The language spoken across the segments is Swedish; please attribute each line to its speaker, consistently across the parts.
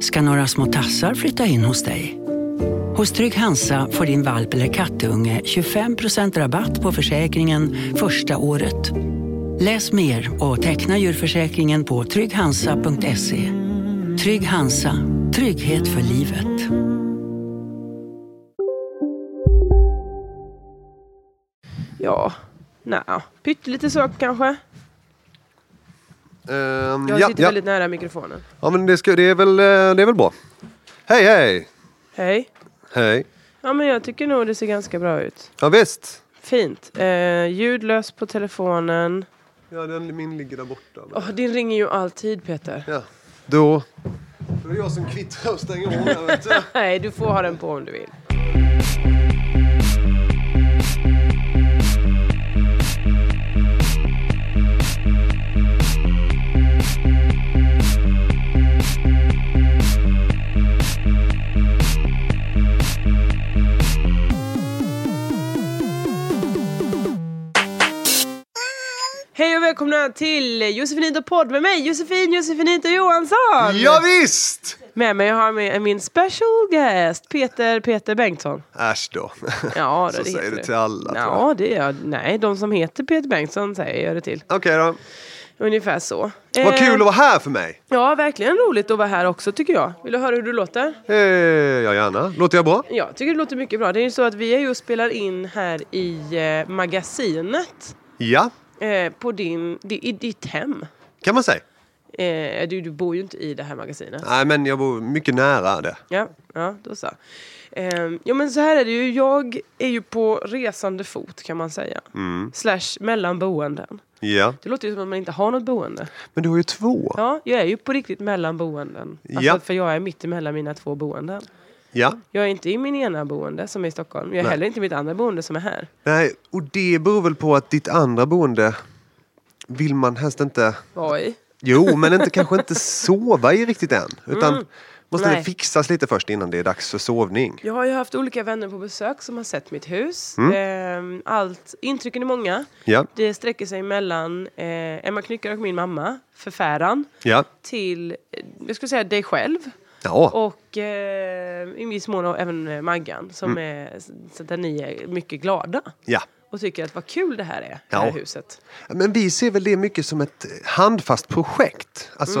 Speaker 1: ska några små tassar flytta in hos dig. Hos Trygg Hansa får din valp eller kattunge 25% rabatt på försäkringen första året. Läs mer och teckna djurförsäkringen på trygghansa.se. Trygg Hansa, trygghet för livet.
Speaker 2: Ja, nja, pyttelite saker kanske.
Speaker 3: Ehm,
Speaker 2: Jag
Speaker 3: ja,
Speaker 2: sitter
Speaker 3: ja.
Speaker 2: väldigt nära mikrofonen.
Speaker 3: ja, men det, ska, det, är väl, eh, det är väl bra. Hej, hej!
Speaker 2: Hej.
Speaker 3: Hej.
Speaker 2: Ja men jag tycker nog det ser ganska bra ut.
Speaker 3: Ja, visst.
Speaker 2: Fint. Eh, ljudlös på telefonen.
Speaker 3: Ja, den, min ligger där borta.
Speaker 2: Åh, din ringer ju alltid Peter.
Speaker 3: Ja. Då... Då är det jag som kvittrar och stänger av den, vet du.
Speaker 2: Nej, du får ha den på om du vill. Hej och välkomna till Josefinito podd med mig Josefin Josefinito Johansson!
Speaker 3: Ja, visst!
Speaker 2: Med mig har jag med min special guest, Peter Peter Bengtsson.
Speaker 3: Äsch då.
Speaker 2: Ja,
Speaker 3: Så
Speaker 2: det
Speaker 3: säger
Speaker 2: heter
Speaker 3: du till alla, tror
Speaker 2: Ja, det gör Nej, de som heter Peter Bengtsson säger jag det till.
Speaker 3: Okej då.
Speaker 2: Ungefär så. Eh,
Speaker 3: Vad kul att vara här för mig.
Speaker 2: Ja, verkligen roligt att vara här också tycker jag. Vill du höra hur du låter?
Speaker 3: Eh, ja, gärna. Låter jag bra?
Speaker 2: Jag tycker det låter mycket bra. Det är ju så att vi är ju och spelar in här i eh, magasinet.
Speaker 3: Ja,
Speaker 2: Eh, på din, di, i ditt hem.
Speaker 3: kan man säga.
Speaker 2: Eh, du, du bor ju inte i det här magasinet.
Speaker 3: Nej, men jag bor mycket nära det.
Speaker 2: Ja, ja då så. Ehm, jo men så här är det ju. Jag är ju på resande fot kan man säga.
Speaker 3: Mm.
Speaker 2: Slash mellan boenden.
Speaker 3: Ja.
Speaker 2: Det låter ju som att man inte har något boende.
Speaker 3: Men du har ju två. Ja.
Speaker 2: Ja, jag är ju på riktigt mellan boenden. Alltså,
Speaker 3: Ja.
Speaker 2: För jag är mitt emellan mina två boenden. Jag är inte i min ena boende som är i Stockholm. Jag är
Speaker 3: Nej.
Speaker 2: heller inte i mitt andra boende som är här.
Speaker 3: Nej, och det beror väl på att ditt andra boende vill man helst inte...
Speaker 2: Oj.
Speaker 3: Jo, men inte, kanske inte sova i riktigt än. Utan måste
Speaker 2: Mm. Nej.
Speaker 3: det fixas lite först innan det är dags för sovning.
Speaker 2: Jag har ju haft olika vänner på besök som har sett mitt hus. Ehm, allt, intrycken är många.
Speaker 3: Mm. Ja,
Speaker 2: Det sträcker sig mellan eh, Emma Knyckare och min mamma, förfäran,
Speaker 3: ja,
Speaker 2: till, eh, jag skulle säga dig själv.
Speaker 3: ja.
Speaker 2: Och eh, i viss mån och även eh, Maggan, som är, så där ni är mycket glada.
Speaker 3: Mm. ja.
Speaker 2: Och tycker att vad kul det här är, det
Speaker 3: Ja.
Speaker 2: här huset.
Speaker 3: Men vi ser väl det mycket som ett handfast projekt. Alltså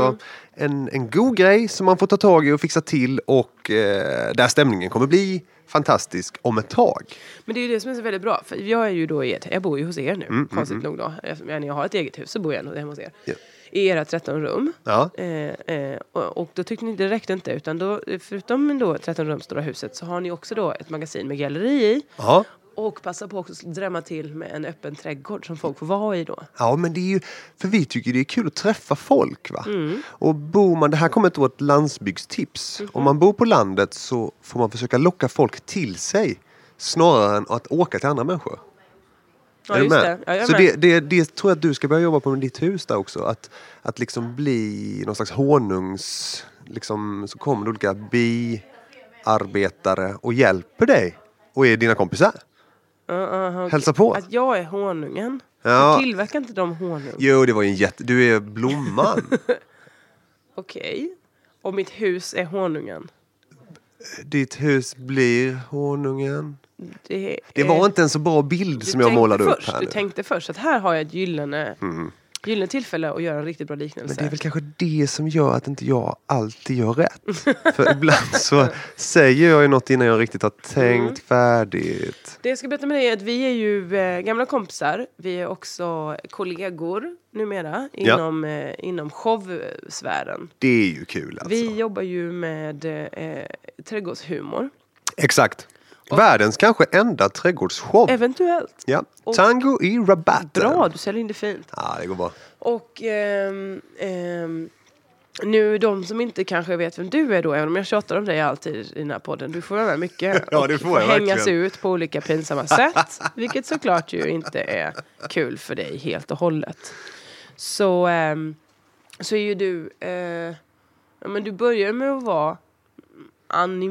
Speaker 2: Mm.
Speaker 3: en, en god grej som man får ta tag i och fixa till och eh, där stämningen kommer bli fantastisk om ett tag.
Speaker 2: Men det är ju det som är så väldigt bra. För jag är ju då i ert, jag bor ju hos er nu, konstigt nog då. Eftersom jag, när jag har ett eget hus så bor jag ändå hemma hos er.
Speaker 3: Mm, Ja.
Speaker 2: I era 13 rum.
Speaker 3: Ja.
Speaker 2: Eh, eh, och, och då tyckte ni det räckte inte. Utan då, förutom då 13 rum, stora huset, så har ni också då ett magasin med galleri i.
Speaker 3: Ja.
Speaker 2: Och passa på också att drämma till med en öppen trädgård som folk får vara i då.
Speaker 3: Ja, men det är ju, för vi tycker det är kul att träffa folk. va? Och bor man, det här kommer inte vara ett landsbygdstips. Om man bor på landet så får man försöka locka folk till sig snarare än att åka till andra människor.
Speaker 2: Ja,
Speaker 3: är du
Speaker 2: just
Speaker 3: med?
Speaker 2: det. Ja, jag är
Speaker 3: så
Speaker 2: med.
Speaker 3: Det, det, det tror jag att du ska börja jobba på med ditt hus där också. Att, att liksom bli någon slags honungs... Liksom, så kommer det olika biarbetare och hjälper dig och är dina kompisar.
Speaker 2: Ja, aha, okej.
Speaker 3: Hälsa på.
Speaker 2: Att jag är honungen.
Speaker 3: Ja.
Speaker 2: Ja. Tillverkar inte de honung?
Speaker 3: Jo, det var ju en jätte... Du är blomman.
Speaker 2: Okej. Och mitt hus är honungen.
Speaker 3: Ditt hus blir honungen.
Speaker 2: Det,
Speaker 3: Det
Speaker 2: är-
Speaker 3: var inte en så bra bild
Speaker 2: Eh, Du
Speaker 3: som jag
Speaker 2: tänkte
Speaker 3: målade upp
Speaker 2: först,
Speaker 3: här
Speaker 2: Du
Speaker 3: nu. Mm.
Speaker 2: tänkte först att här har jag ett gyllene, gyllene tillfälle att göra en riktigt bra liknelse.
Speaker 3: Men det är väl kanske det som gör att inte jag alltid gör rätt. För ibland så säger jag ju något innan jag riktigt har tänkt
Speaker 2: Mm.
Speaker 3: färdigt.
Speaker 2: Det jag ska berätta med dig är att vi är ju eh, gamla kompisar. Vi är också kollegor numera
Speaker 3: Ja.
Speaker 2: inom, eh, inom showsfären.
Speaker 3: Det är ju kul alltså.
Speaker 2: Vi jobbar ju med eh, trädgårdshumor.
Speaker 3: Exakt. Världens kanske enda trädgårdsshow.
Speaker 2: Eventuellt.
Speaker 3: Ja.
Speaker 2: Och-
Speaker 3: Tango i rabatten.
Speaker 2: Bra, du säljer in det fint.
Speaker 3: Ja, det går bra.
Speaker 2: Och ehm, ehm, Nu de som inte kanske vet vem du är då, även om jag tjatar om dig alltid i den här podden. Du får vara med mycket
Speaker 3: Ja, det
Speaker 2: och
Speaker 3: får jag
Speaker 2: hängas
Speaker 3: verkligen.
Speaker 2: ut på olika pinsamma sätt. Vilket såklart ju inte är kul för dig helt och hållet. Så, ehm, så är ju du... Eh, ja, men du börjar med att vara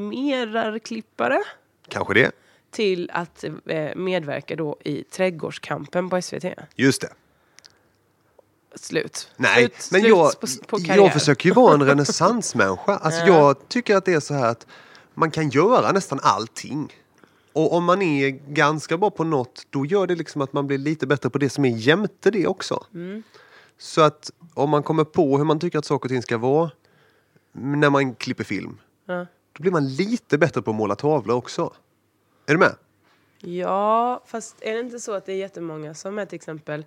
Speaker 2: animerarklippare
Speaker 3: Kanske det.
Speaker 2: till att eh, medverka då i Trädgårdskampen på SVT.
Speaker 3: Just det.
Speaker 2: Slut.
Speaker 3: Nej,
Speaker 2: slut,
Speaker 3: men
Speaker 2: slut
Speaker 3: jag,
Speaker 2: på, på karriär.
Speaker 3: jag försöker ju vara en renässansmänniska. Alltså
Speaker 2: Ja.
Speaker 3: Jag tycker att det är så här att man kan göra nästan allting. Och om man är ganska bra på något, då gör det liksom att man blir lite bättre på det som är jämte det också.
Speaker 2: Mm.
Speaker 3: Så att om man kommer på hur man tycker att saker och ting ska vara när man klipper film,
Speaker 2: Ja.
Speaker 3: då blir man lite bättre på att måla tavlor också. Är du med?
Speaker 2: Ja, fast är det inte så att det är jättemånga som är till exempel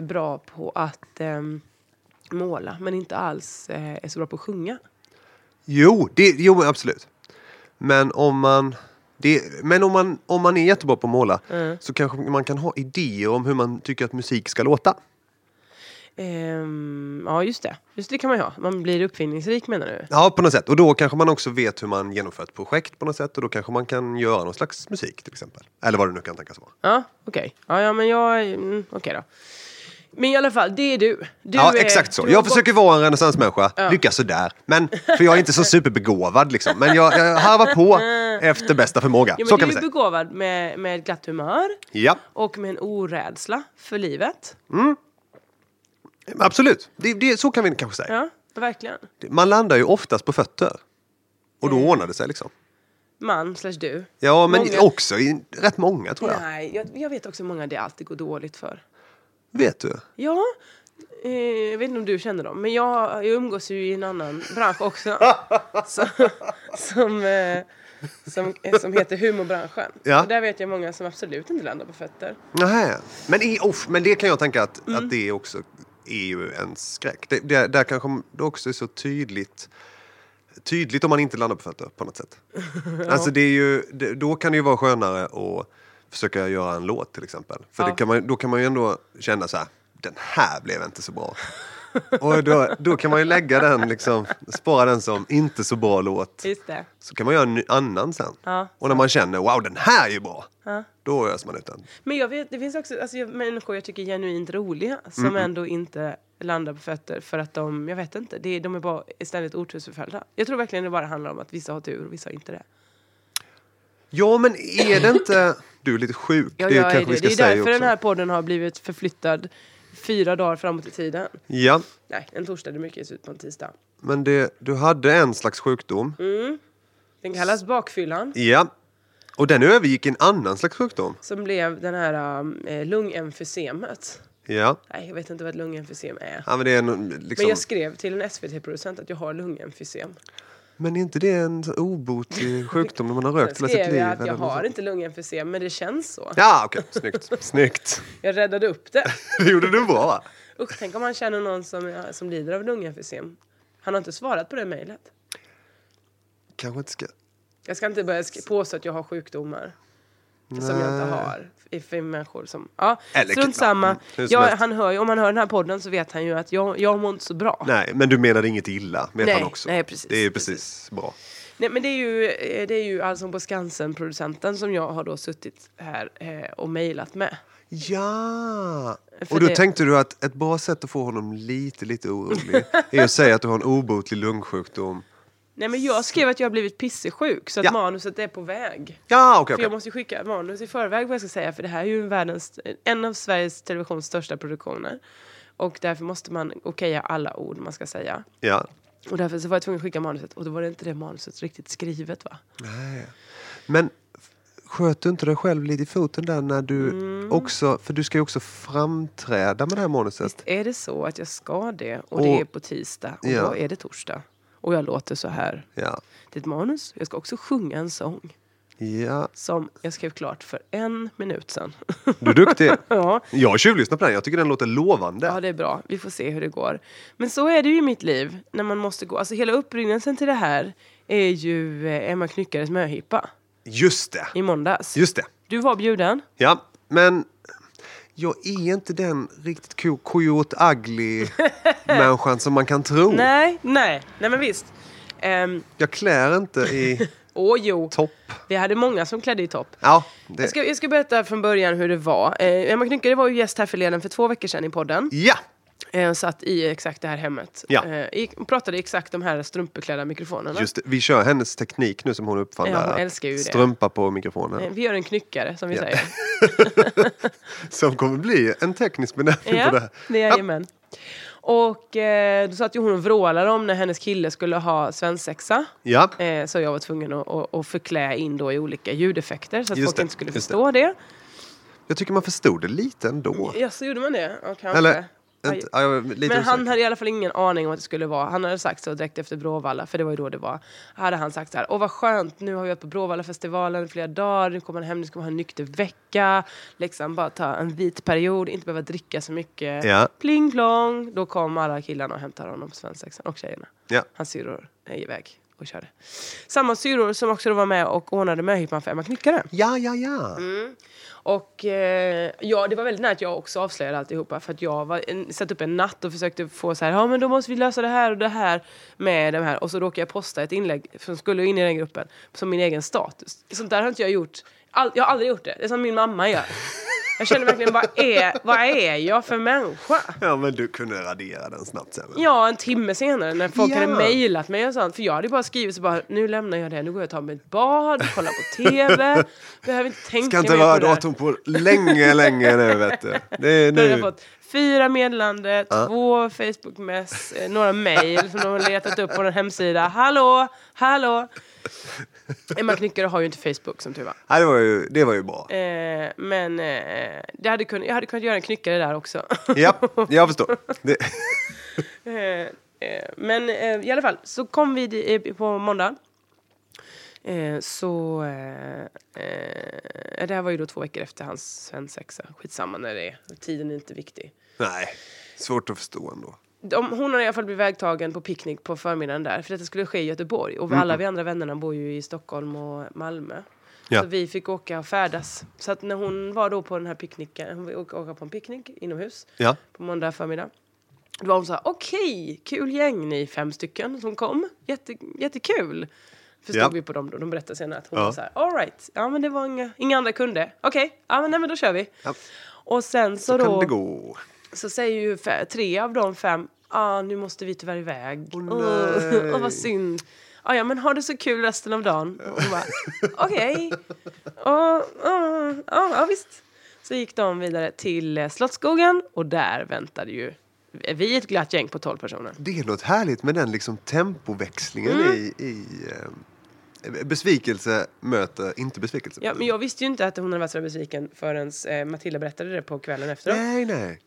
Speaker 2: bra på att ehm, måla men inte alls eh, är så bra på att sjunga?
Speaker 3: Jo, det, jo men absolut. Men om man, det, men om man, om man är jättebra på att måla
Speaker 2: Mm.
Speaker 3: så kanske man kan ha idéer om hur man tycker att musik ska låta.
Speaker 2: Ehm, ja, just det. Just det kan man ju ha. Man blir uppfinningsrik menar du?
Speaker 3: Ja, på något sätt. Och då kanske man också vet hur man genomför ett projekt på något sätt och då kanske man kan göra någon slags musik till exempel. Eller vad det nu kan tänkas vara.
Speaker 2: Ja, okej. Ja, ja, men jag... Mm, okej då. Men i alla fall, det är du. du
Speaker 3: ja,
Speaker 2: är-
Speaker 3: exakt så.
Speaker 2: du har
Speaker 3: Jag
Speaker 2: gått-
Speaker 3: försöker vara en renässansmänniska, lyckas sådär. Men, för jag är inte så superbegåvad liksom. Men jag, jag harvar på efter bästa förmåga.
Speaker 2: Ja, men
Speaker 3: så
Speaker 2: du
Speaker 3: kan
Speaker 2: är
Speaker 3: vi
Speaker 2: ju
Speaker 3: säga.
Speaker 2: begåvad med, med ett glatt humör
Speaker 3: Ja,
Speaker 2: och med en orädsla för livet.
Speaker 3: absolut. Det, det, så kan vi kanske säga.
Speaker 2: Ja, verkligen.
Speaker 3: Man landar ju oftast på fötter. Och då ordnar det sig liksom.
Speaker 2: Man slash du.
Speaker 3: Ja, men
Speaker 2: Många-
Speaker 3: också i, rätt många tror jag.
Speaker 2: Nej, jag, jag vet också hur många det alltid går dåligt för.
Speaker 3: Vet du?
Speaker 2: Ja, eh, jag vet inte om du känner dem, men jag, jag umgås ju i en annan bransch också. som, som, eh, som, eh, som heter humorbranschen.
Speaker 3: Ja.
Speaker 2: Och där vet jag många som absolut inte landar på fötter.
Speaker 3: Nähä. Men, i, uff, men det kan jag tänka att,
Speaker 2: Mm.
Speaker 3: att det är också är ju en skräck. Det, det, där kanske det också är så tydligt tydligt om man inte landar på fötter på något sätt. Alltså det är ju, det, då kan det ju vara skönare att försöka göra en låt till exempel. För
Speaker 2: Ja.
Speaker 3: det kan man, då kan man ju ändå känna så här, den här blev inte så bra. Och då, då kan man ju lägga den, liksom, spara den som inte så bra låt.
Speaker 2: Just det.
Speaker 3: Så kan man göra en ny- annan sen.
Speaker 2: Ja.
Speaker 3: och när man känner wow den här är ju bra.
Speaker 2: Ja.
Speaker 3: Då öser man ut den.
Speaker 2: Men jag vet, det finns också alltså, jag- människor jag tycker är genuint roliga som ändå inte landar på fötter för att de, jag vet inte, det, är- de är bara ständigt otursförföljda. Jag tror verkligen det bara handlar om att vissa har tur och vissa har inte det.
Speaker 3: Ja men är det inte... Du är lite sjuk.
Speaker 2: Ja,
Speaker 3: det
Speaker 2: jag
Speaker 3: kanske
Speaker 2: är det.
Speaker 3: vi ska
Speaker 2: det är
Speaker 3: säga
Speaker 2: därför
Speaker 3: också.
Speaker 2: den här podden har blivit förflyttad fyra dagar framåt i tiden.
Speaker 3: Ja,
Speaker 2: Nej, en torsdag. Det brukar ju se ut på en tisdag.
Speaker 3: men det, du hade en slags sjukdom.
Speaker 2: Mm. Den kallas bakfyllan.
Speaker 3: Ja. Och den övergick i en annan slags sjukdom.
Speaker 2: Som blev den här äh, lungemfysemet.
Speaker 3: Ja.
Speaker 2: Nej, jag vet inte vad ett lungemfysem är.
Speaker 3: ja men det är en, liksom...
Speaker 2: Men
Speaker 3: men,
Speaker 2: jag skrev till en SVT-producent att jag har lungemfysem.
Speaker 3: är inte det en så obotlig sjukdom när man har rökt
Speaker 2: Sen
Speaker 3: hela sitt liv?
Speaker 2: skrev jag att
Speaker 3: eller
Speaker 2: jag
Speaker 3: något
Speaker 2: har
Speaker 3: sånt?
Speaker 2: inte lungemfysem, men det känns så.
Speaker 3: Ja okej, snyggt. snyggt.
Speaker 2: Jag räddade upp det.
Speaker 3: Det gjorde du bra va?
Speaker 2: Usch, tänk om man känner någon som, är- som lider av lungemfysem. Han har inte svarat på det mejlet.
Speaker 3: Kanske inte ska...
Speaker 2: Jag ska inte börja sk- påstå att jag har sjukdomar. Som jag inte har. I- För människor som... Ja,
Speaker 3: Eller
Speaker 2: strunt
Speaker 3: killar.
Speaker 2: samma.
Speaker 3: Mm, hur som
Speaker 2: Jag,
Speaker 3: helst.
Speaker 2: han hör, ju- om han hör den här podden så vet han ju att jag, jag mår inte så bra. Nej.
Speaker 3: Nej, men du menade inget illa, vet
Speaker 2: Nej,
Speaker 3: han också.
Speaker 2: nej, precis,
Speaker 3: Det är precis bra.
Speaker 2: men det är ju, eh, det är ju Allsång på Skansen-producenten som jag har då suttit här eh, och mejlat med.
Speaker 3: Ja!
Speaker 2: För
Speaker 3: och då
Speaker 2: det-
Speaker 3: tänkte du att ett bra sätt att få honom lite, lite orolig är att säga att du har en obotlig lungsjukdom.
Speaker 2: Nej men jag skrev att jag har blivit pissesjuk så att
Speaker 3: Ja.
Speaker 2: manuset är på väg.
Speaker 3: Ja, okej,
Speaker 2: För
Speaker 3: okej.
Speaker 2: jag måste ju skicka manus i förväg vad jag ska säga för det här är ju världens, eh, en av Sveriges Televisions största produktioner. Och därför måste man okeja alla ord man ska säga.
Speaker 3: Ja.
Speaker 2: Och därför så var jag tvungen att skicka manuset och då var det inte det manuset riktigt skrivet va?
Speaker 3: Nej. Men f- sköt du inte dig själv lite i foten där när du
Speaker 2: Mm.
Speaker 3: också, för du ska ju också framträda med det här manuset.
Speaker 2: Är det så att jag ska det och,
Speaker 3: Och-
Speaker 2: det är på tisdag och
Speaker 3: Ja.
Speaker 2: då är det torsdag och jag låter så här.
Speaker 3: Ja.
Speaker 2: Det är ett manus. Jag ska också sjunga en sång
Speaker 3: ja.
Speaker 2: som jag skrev klart för en minut sedan.
Speaker 3: Du är duktig.
Speaker 2: ja.
Speaker 3: Jag tjuvlyssnar på den, jag tycker den låter lovande.
Speaker 2: Ja, det är bra. Vi får se hur det går. Men så är det ju i mitt liv när man måste gå. Alltså hela upprinnelsen till det här är ju eh, Emma Knyckares möhippa
Speaker 3: Just Oh. det!
Speaker 2: i måndags.
Speaker 3: Just det!
Speaker 2: Du var bjuden.
Speaker 3: Ja, men jag är inte den riktigt ko- coyote ugly människan som man kan tro.
Speaker 2: Nej, nej, nej men visst. Ehm,
Speaker 3: Jag klär inte i
Speaker 2: åh jo,
Speaker 3: topp.
Speaker 2: vi hade många som klädde i topp.
Speaker 3: Ja, det...
Speaker 2: Jag ska, jag ska berätta från början hur det var. Eh, Emma Knyckare var ju gäst här förleden för två veckor sedan i podden.
Speaker 3: ja.
Speaker 2: Eh, satt i exakt det här hemmet.
Speaker 3: Ja.
Speaker 2: Eh, gick- och pratade i exakt de här strumpbeklädda mikrofonerna.
Speaker 3: Just det. Vi kör hennes teknik nu som hon uppfann
Speaker 2: Ja, hon
Speaker 3: där. att
Speaker 2: älskar ju det.
Speaker 3: Strumpa på mikrofonen.
Speaker 2: Eh, Vi gör en knyckare som vi
Speaker 3: Ja.
Speaker 2: säger.
Speaker 3: Som kommer bli en teknisk benämning på det
Speaker 2: Ja,
Speaker 3: här.
Speaker 2: det är jajamän. Och eh, då satt ju hon och vrålade om när hennes kille skulle ha svensexa.
Speaker 3: Ja.
Speaker 2: Eh, så jag var tvungen att, att, att förklä in då i olika ljudeffekter så att
Speaker 3: Just
Speaker 2: folk
Speaker 3: det,
Speaker 2: inte skulle
Speaker 3: just
Speaker 2: förstå det.
Speaker 3: Jag tycker man förstod det lite ändå.
Speaker 2: Ja, så gjorde man det? Ja, kanske.
Speaker 3: Eller,
Speaker 2: Aj.
Speaker 3: inte, ja, jag är lite
Speaker 2: Men han
Speaker 3: osäker.
Speaker 2: hade i alla fall ingen aning om att det skulle vara. Han hade sagt så direkt efter Bråvalla, för det var ju då det var. Hade han sagt så här, åh vad skönt, nu har vi varit på Bråvallafestivalen i flera dagar, nu kommer man hem, nu ska man ha en nykter vecka. Liksom bara ta en vit period, inte behöva dricka så mycket.
Speaker 3: Ja.
Speaker 2: Pling plong. Då kom alla killarna och hämtade honom på svensexan och tjejerna.
Speaker 3: Ja.
Speaker 2: Hans syrror är iväg och körde. Samma syrror som också då var med och ordnade möhippan för Emma Knyckare.
Speaker 3: ja, ja, ja.
Speaker 2: Mm. Och eh, ja, det var väldigt nära att jag också avslöjade alltihopa. För att jag var, en, satt upp en natt och försökte få så här, ja men då måste vi lösa det här och det här med de här. Och så råkade jag posta ett inlägg som skulle in i den gruppen, som min egen status. Sånt där har inte jag gjort. All, jag har aldrig gjort det. Det är som min mamma gör. Jag känner verkligen, vad är, vad är jag för människa?
Speaker 3: Ja, men du kunde radera den snabbt sen.
Speaker 2: Ja, en timme senare när folk
Speaker 3: Ja.
Speaker 2: hade mejlat mig och sånt. För jag hade bara skrivit så bara, nu lämnar jag det, nu går jag och tar mig ett bad, kollar på TV. Behöver inte tänka
Speaker 3: Ska inte
Speaker 2: mer på
Speaker 3: röra
Speaker 2: det här.
Speaker 3: datorn på länge, länge nu vet du. Det är
Speaker 2: Nu har jag
Speaker 3: nu.
Speaker 2: fått fyra meddelande, två Facebook mess, eh, några mejl som de har letat upp på en hemsida. Hallå, hallå! Emma Knyckare har ju inte Facebook som tur var.
Speaker 3: Ja, det, var ju, det var ju bra.
Speaker 2: Eh, men eh, det hade kunnat, jag hade kunnat göra en knyckare där också.
Speaker 3: Ja, jag förstår. Det,
Speaker 2: Eh, eh, men eh, i alla fall, så kom vi di- eh, på måndag. Eh, så... Eh, eh, det här var ju då två veckor efter hans svensexa. Skitsamma när det är. Tiden är inte viktig.
Speaker 3: nej, svårt att förstå ändå.
Speaker 2: De, hon har i alla fall blivit vägtagen på picknick på förmiddagen där. För detta skulle ske i Göteborg.
Speaker 3: Mm.
Speaker 2: Och alla vi andra vännerna bor ju i Stockholm och Malmö.
Speaker 3: Ja.
Speaker 2: Så vi fick åka och färdas. Så att när hon var då på den här picknicken, hon fick åka åka på en picknick inomhus
Speaker 3: Ja.
Speaker 2: på måndag förmiddag. Då var hon så här, okej, kul gäng ni fem stycken som kom. Jätte, jättekul. Förstod
Speaker 3: Ja.
Speaker 2: vi på dem då, de berättade senare att hon
Speaker 3: Ja.
Speaker 2: var så här, all right, ja men det var inga, inga andra kunde. Okej, ja men nej men då kör vi.
Speaker 3: Ja.
Speaker 2: Och sen så,
Speaker 3: Så
Speaker 2: då
Speaker 3: kan det gå.
Speaker 2: så säger ju fe- tre av de fem, ah, nu måste vi tyvärr iväg. Åh,
Speaker 3: Åh,
Speaker 2: oh,
Speaker 3: nej.
Speaker 2: vad synd. Ah, ja, men ha det så kul resten av dagen. Och hon bara, okej. Ja, ja, ja, ja, visst. Så gick de vidare till eh, Slottsskogen och där väntade ju eh, vi ett glatt gäng på 12 personer.
Speaker 3: Det är något härligt med den liksom tempoväxlingen
Speaker 2: Mm.
Speaker 3: i, i eh, besvikelse möter inte besvikelse.
Speaker 2: Ja, men jag visste ju inte att hon hade varit så besviken förrän eh, Matilda berättade det på kvällen efteråt.
Speaker 3: Nej, nej.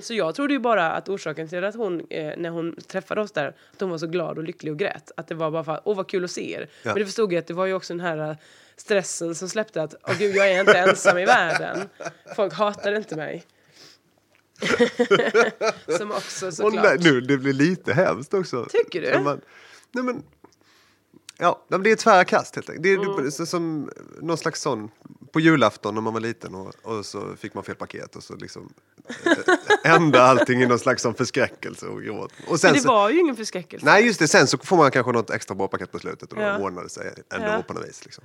Speaker 2: Så jag trodde ju bara att orsaken till att hon, eh, när hon träffade oss där, att hon var så glad och lycklig och grät. Att det var bara för att, åh vad kul att se er. Men det förstod jag att det var ju också den här eh, stressen som släppte att, åh gud jag är inte ensam i världen. Folk hatar inte mig. som också
Speaker 3: Och
Speaker 2: såklart.
Speaker 3: nej, nu, det blir lite hemskt också.
Speaker 2: Tycker du?
Speaker 3: När Man, nej, men, ja, nej, men det är tvära kast helt enkelt. Det är
Speaker 2: Mm.
Speaker 3: det- så, som någon slags sån på julafton när man var liten och, och så fick man fel paket och så liksom eh, ända allting i någon slags sån förskräckelse och gråt. Och sen
Speaker 2: Men det
Speaker 3: så-
Speaker 2: var ju ingen förskräckelse.
Speaker 3: Nej, just det. Sen så får man kanske något extra bra paket på slutet och
Speaker 2: Ja.
Speaker 3: då ordnar det sig ändå
Speaker 2: Ja.
Speaker 3: på något vis. Liksom.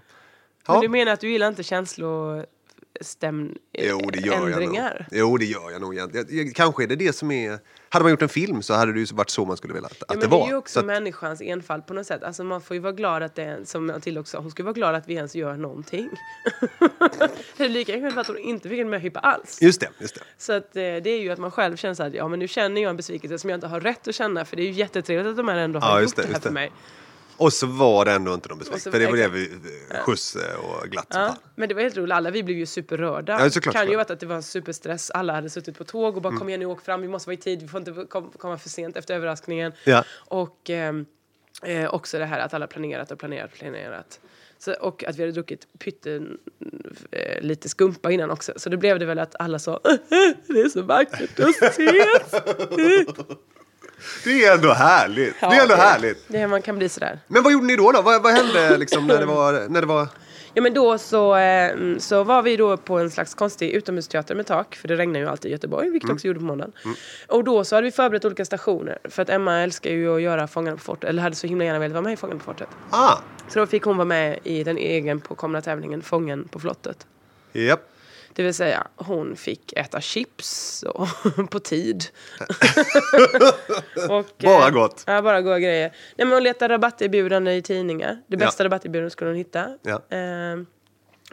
Speaker 2: Men
Speaker 3: Ja.
Speaker 2: du menar att du gillar inte känslostämningar?
Speaker 3: Jo, det gör jag nog. Jo, det gör jag nog egentligen. Jag- jag- Kanske är det det som är... Hade man gjort en film så hade det ju varit så man skulle vilja att,
Speaker 2: Ja,
Speaker 3: att
Speaker 2: men
Speaker 3: det
Speaker 2: det,
Speaker 3: var.
Speaker 2: är ju också
Speaker 3: så att,
Speaker 2: människans enfald på något sätt. Alltså man får ju vara glad att det är, som Matilda också sa, hon ska vara glad att vi ens gör någonting. det är lika kul att hon inte fick en möhippa alls.
Speaker 3: just det, just det.
Speaker 2: Så att, eh, det är ju att man själv känner så här, ja men nu känner jag en besvikelse som jag inte har rätt att känna för det är ju jättetrevligt att de här ändå har
Speaker 3: Ja,
Speaker 2: gjort
Speaker 3: just
Speaker 2: det,
Speaker 3: det,
Speaker 2: här
Speaker 3: just
Speaker 2: för
Speaker 3: det.
Speaker 2: mig.
Speaker 3: Och så var det ändå inte någon
Speaker 2: Och
Speaker 3: besvikelse.
Speaker 2: så-
Speaker 3: För det var det
Speaker 2: exakt.
Speaker 3: vi... Skjuts eh, och glatt som
Speaker 2: Ja,
Speaker 3: fan.
Speaker 2: men det var helt roligt, alla vi blev ju superrörda.
Speaker 3: typ. Ja, såklart,
Speaker 2: kan ju
Speaker 3: såklart. Mm.
Speaker 2: vara att det var en superstress, alla hade suttit på tåg och bara kom igen nu, åk fram, vi måste vara i tid, vi får inte kom- komma för sent efter överraskningen.
Speaker 3: Ja.
Speaker 2: Och ehm, eh, också det här att alla planerat och planerat och planerat. Så, och att vi hade druckit pytte eh, lite skumpa innan också. Så det blev det väl att alla sa "Äh, det är så vackert att ses.
Speaker 3: Det är ändå härligt. det är ändå härligt.
Speaker 2: Det, man kan bli sådär.
Speaker 3: Men vad gjorde ni då? då? Vad, vad hände liksom, när, det var, när det var...
Speaker 2: Ja men då så, eh, mm, så var vi då på en slags konstig utomhusteater med tak, för det regnar ju alltid i Göteborg, vilket det också gjorde på måndagen. Och då så hade vi förberett olika stationer, för att Emma älskar ju att göra Fångarna på fortet, eller hade så himla gärna velat vara med i Fångarna på fortet.
Speaker 3: Ah,
Speaker 2: Så då fick hon vara med i den egenpåkomna tävlingen Fången på flottet.
Speaker 3: japp.
Speaker 2: Det vill säga, hon fick äta chips och på tid. och,
Speaker 3: Bara
Speaker 2: eh,
Speaker 3: gott.
Speaker 2: Ja, bara goda grejer. Nej, men hon letade rabatterbjudande i tidningar. Det
Speaker 3: Ja.
Speaker 2: bästa rabatterbjudandet skulle hon hitta.
Speaker 3: Ja.
Speaker 2: Eh,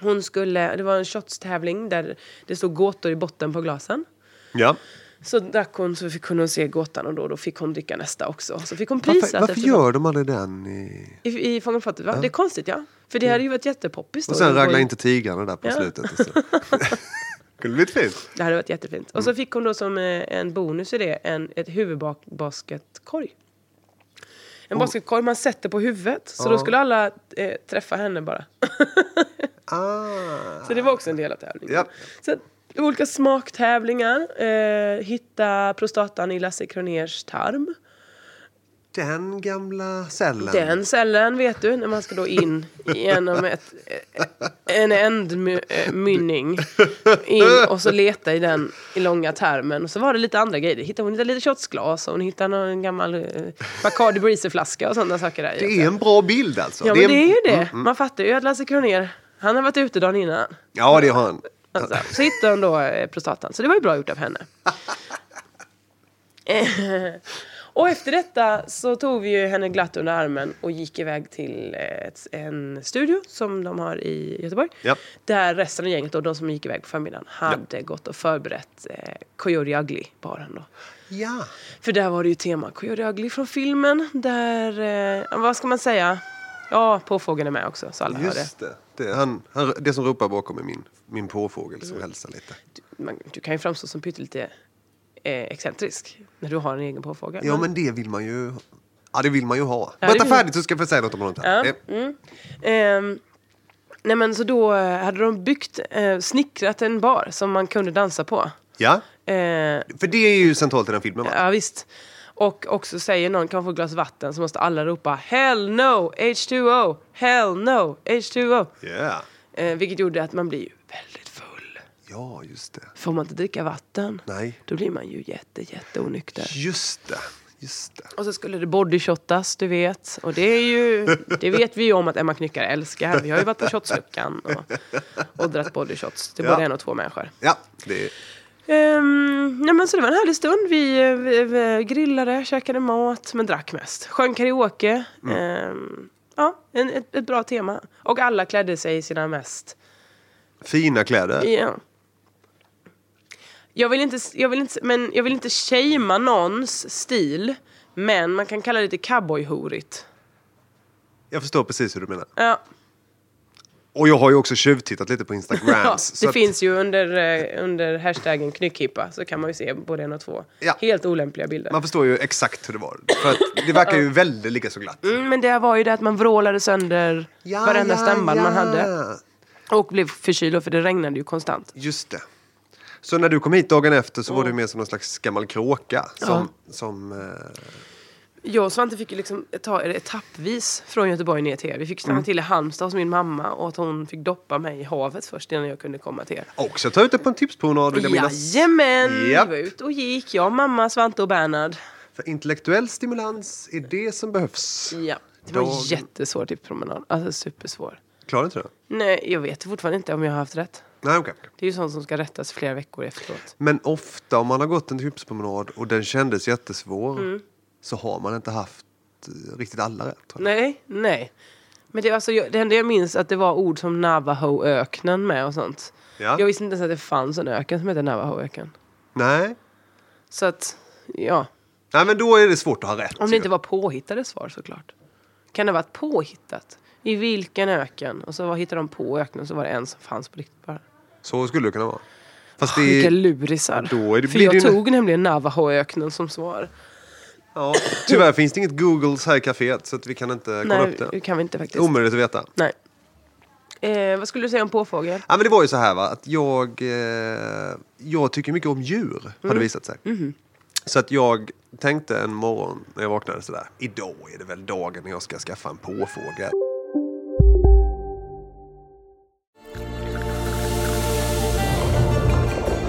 Speaker 2: hon skulle, det var en shotstävling där det stod gåtor i botten på glasen.
Speaker 3: Ja.
Speaker 2: Så drack hon så fick, kunde hon se gåtan och då, då fick hon dricka nästa också. Så fick hon priset.
Speaker 3: Varför, varför
Speaker 2: eftersom-
Speaker 3: gör de aldrig den? I...
Speaker 2: I, i Fången på fortet, va? Det är konstigt ja. För det hade ju varit jättepoppis då.
Speaker 3: Mm. Och sen
Speaker 2: Det var
Speaker 3: raglar
Speaker 2: ju-
Speaker 3: inte tigrarna där på
Speaker 2: Ja.
Speaker 3: slutet. istället. Kunde blivit fint.
Speaker 2: Det hade varit jättefint.
Speaker 3: Mm.
Speaker 2: Och så fick hon då som eh, en bonus i det en, ett huvudbasketkorg. En basketkorg man sätter på huvudet. Så då
Speaker 3: Ja.
Speaker 2: skulle alla eh, träffa henne bara.
Speaker 3: Ah.
Speaker 2: så det var också en del av tävlingen.
Speaker 3: Ja.
Speaker 2: Så att, olika smaktävlingar. Eh, hitta prostatan i Lasse Kroners tarm.
Speaker 3: Den gamla cellen.
Speaker 2: Den cellen vet du, när man ska då in genom ett, en ändmynning. In och så leta i den i långa termen. Och så var det lite andra grejer. Hittade hon hittade lite shotsglas och hon hittade någon en gammal eh, Bacardi Breezer-flaska och sådana saker där.
Speaker 3: Det är en bra bild alltså.
Speaker 2: ja, men
Speaker 3: en-
Speaker 2: det är ju det.
Speaker 3: Mm.
Speaker 2: Man fattar ju att Lasse Kronér, han har varit ute dagen innan.
Speaker 3: Ja, det har han.
Speaker 2: Alltså, så hittade hon då eh, prostatan. Så det var ju bra gjort av henne. Eh, och efter detta så tog vi ju henne glatt under armen och gick iväg till eh, ett, en studio som de har i Göteborg.
Speaker 3: Ja.
Speaker 2: Där resten av gänget, och de som gick iväg på förmiddagen, hade gått och förberett eh, Coyote Ugly-baren då.
Speaker 3: Ja.
Speaker 2: För där var det ju tema Coyote Ugly från filmen där, eh, vad ska man säga? Ja, påfågeln är med också så alla hör det.
Speaker 3: Just det. Det, han, han, det som ropar bakom är min, min påfågel som hälsar lite.
Speaker 2: man, du kan ju framstå som pyttelite eh, excentrisk när du har en egen påfågel.
Speaker 3: Ja, men det vill man ju, ja, det vill man ju ha.
Speaker 2: det
Speaker 3: Berätta
Speaker 2: vill man.
Speaker 3: färdigt så ska jag få säga något om honom.
Speaker 2: Ja,
Speaker 3: Eh,
Speaker 2: mm. Ehm, nej men så då eh, hade de byggt, eh, snickrat en bar som man kunde dansa på.
Speaker 3: ja,
Speaker 2: Eh,
Speaker 3: för det är ju centralt i den filmen va?
Speaker 2: ja visst. Och också säger någon kan få ett glas vatten så måste alla ropa Hell no H2O! Hell no H2O!
Speaker 3: Ja.
Speaker 2: Eh, vilket gjorde att man blir ju väldigt full.
Speaker 3: Ja, just det.
Speaker 2: Får man inte dricka vatten,
Speaker 3: Nej.
Speaker 2: då blir man ju jätte, jätte onykter.
Speaker 3: Just det. Just det.
Speaker 2: Och så skulle det bodyshotas, du vet. Och det är ju, det vet vi ju om att Emma Knyckare älskar. Vi har ju varit på shotsluckan och, och dragit bodyshots till
Speaker 3: Ja.
Speaker 2: både en och två människor.
Speaker 3: Ja, det är
Speaker 2: Um, nej men så det var en härlig stund. Vi, eh, vi, vi grillade, käkade mat, men drack mest. Sjöng karaoke. Ehm, ja, en, ett, ett bra tema. Och alla klädde sig i sina mest...
Speaker 3: fina kläder.
Speaker 2: Ja. Jag vill inte, jag vill inte, men jag vill inte shamea någons stil. Men man kan kalla det lite cowboyhorigt.
Speaker 3: Jag förstår precis hur du menar.
Speaker 2: Ja,
Speaker 3: Och jag har ju också tjuvtittat lite på Instagrams.
Speaker 2: ja
Speaker 3: så
Speaker 2: det
Speaker 3: att-
Speaker 2: finns ju under, eh, under hashtaggen knyckhippa så kan man ju se både en och två
Speaker 3: Ja.
Speaker 2: helt olämpliga bilder.
Speaker 3: Man förstår ju exakt hur det var. För att det verkar ju väldigt lika så glatt.
Speaker 2: Mm, men det var ju det att man vrålade sönder varenda stämband man hade och blev förkyld och för det regnade ju konstant.
Speaker 3: Just det. Så när du kom hit dagen efter så var du med som någon slags gammal kråka. Som, som, eh,
Speaker 2: Jag och Svante fick ju liksom ta det etappvis från Göteborg ner till er. Vi fick
Speaker 3: Mm.
Speaker 2: stanna till i Halmstad hos min mamma och att hon fick doppa mig i havet först innan jag kunde komma till er.
Speaker 3: också ta ut det på en tipspromenad vill jag minnas.
Speaker 2: Jajamän! Vi
Speaker 3: Japp.
Speaker 2: var ute och gick, jag, mamma, Svante och Bernhard.
Speaker 3: För intellektuell stimulans är det som behövs.
Speaker 2: Ja. Det var en
Speaker 3: Dagen-
Speaker 2: jättesvår typ promenad. Alltså supersvår.
Speaker 3: Klarar inte det?
Speaker 2: Nej, jag vet fortfarande inte om jag har haft rätt.
Speaker 3: Nej, okej.
Speaker 2: Det är ju sånt som ska rättas flera veckor efteråt.
Speaker 3: Men ofta om man har gått en tipspromenad och den kändes jättesvår
Speaker 2: Mm.
Speaker 3: så har man inte haft eh, riktigt alla rätt. tror jag.
Speaker 2: Nej, nej. Men det, är alltså, jag, det enda jag minns att det var ord som Navajo-öknen med och sånt.
Speaker 3: Ja.
Speaker 2: Jag visste inte ens att det fanns en öken som heter Navajo-öken.
Speaker 3: Nej.
Speaker 2: Så att, ja.
Speaker 3: Nej, men då är det svårt att ha rätt.
Speaker 2: Om
Speaker 3: ju.
Speaker 2: det inte var påhittade svar såklart. Kan det ha varit påhittat? I vilken öken? Och så var- hittade de på öknen och så var det en som fanns på riktigt bara.
Speaker 3: Så skulle det kunna vara. Fast det
Speaker 2: Vilka
Speaker 3: är,
Speaker 2: lurisar.
Speaker 3: då är det-
Speaker 2: För
Speaker 3: blir
Speaker 2: jag
Speaker 3: det ju-
Speaker 2: tog nämligen Navajo-öknen som svar.
Speaker 3: ja, tyvärr finns det inget Googles här i kaféet så att vi kan inte kolla
Speaker 2: Nej,
Speaker 3: upp det.
Speaker 2: det kan vi inte faktiskt.
Speaker 3: Omöjligt att veta.
Speaker 2: Nej. Eh, vad skulle du säga om påfågel?
Speaker 3: Ja, men det var ju så här va, att jag, eh, jag tycker mycket om djur, har
Speaker 2: Mm.
Speaker 3: det visat sig.
Speaker 2: Mhm.
Speaker 3: Så att jag tänkte en morgon när jag vaknade sådär, idag är det väl dagen när jag ska skaffa en påfågel.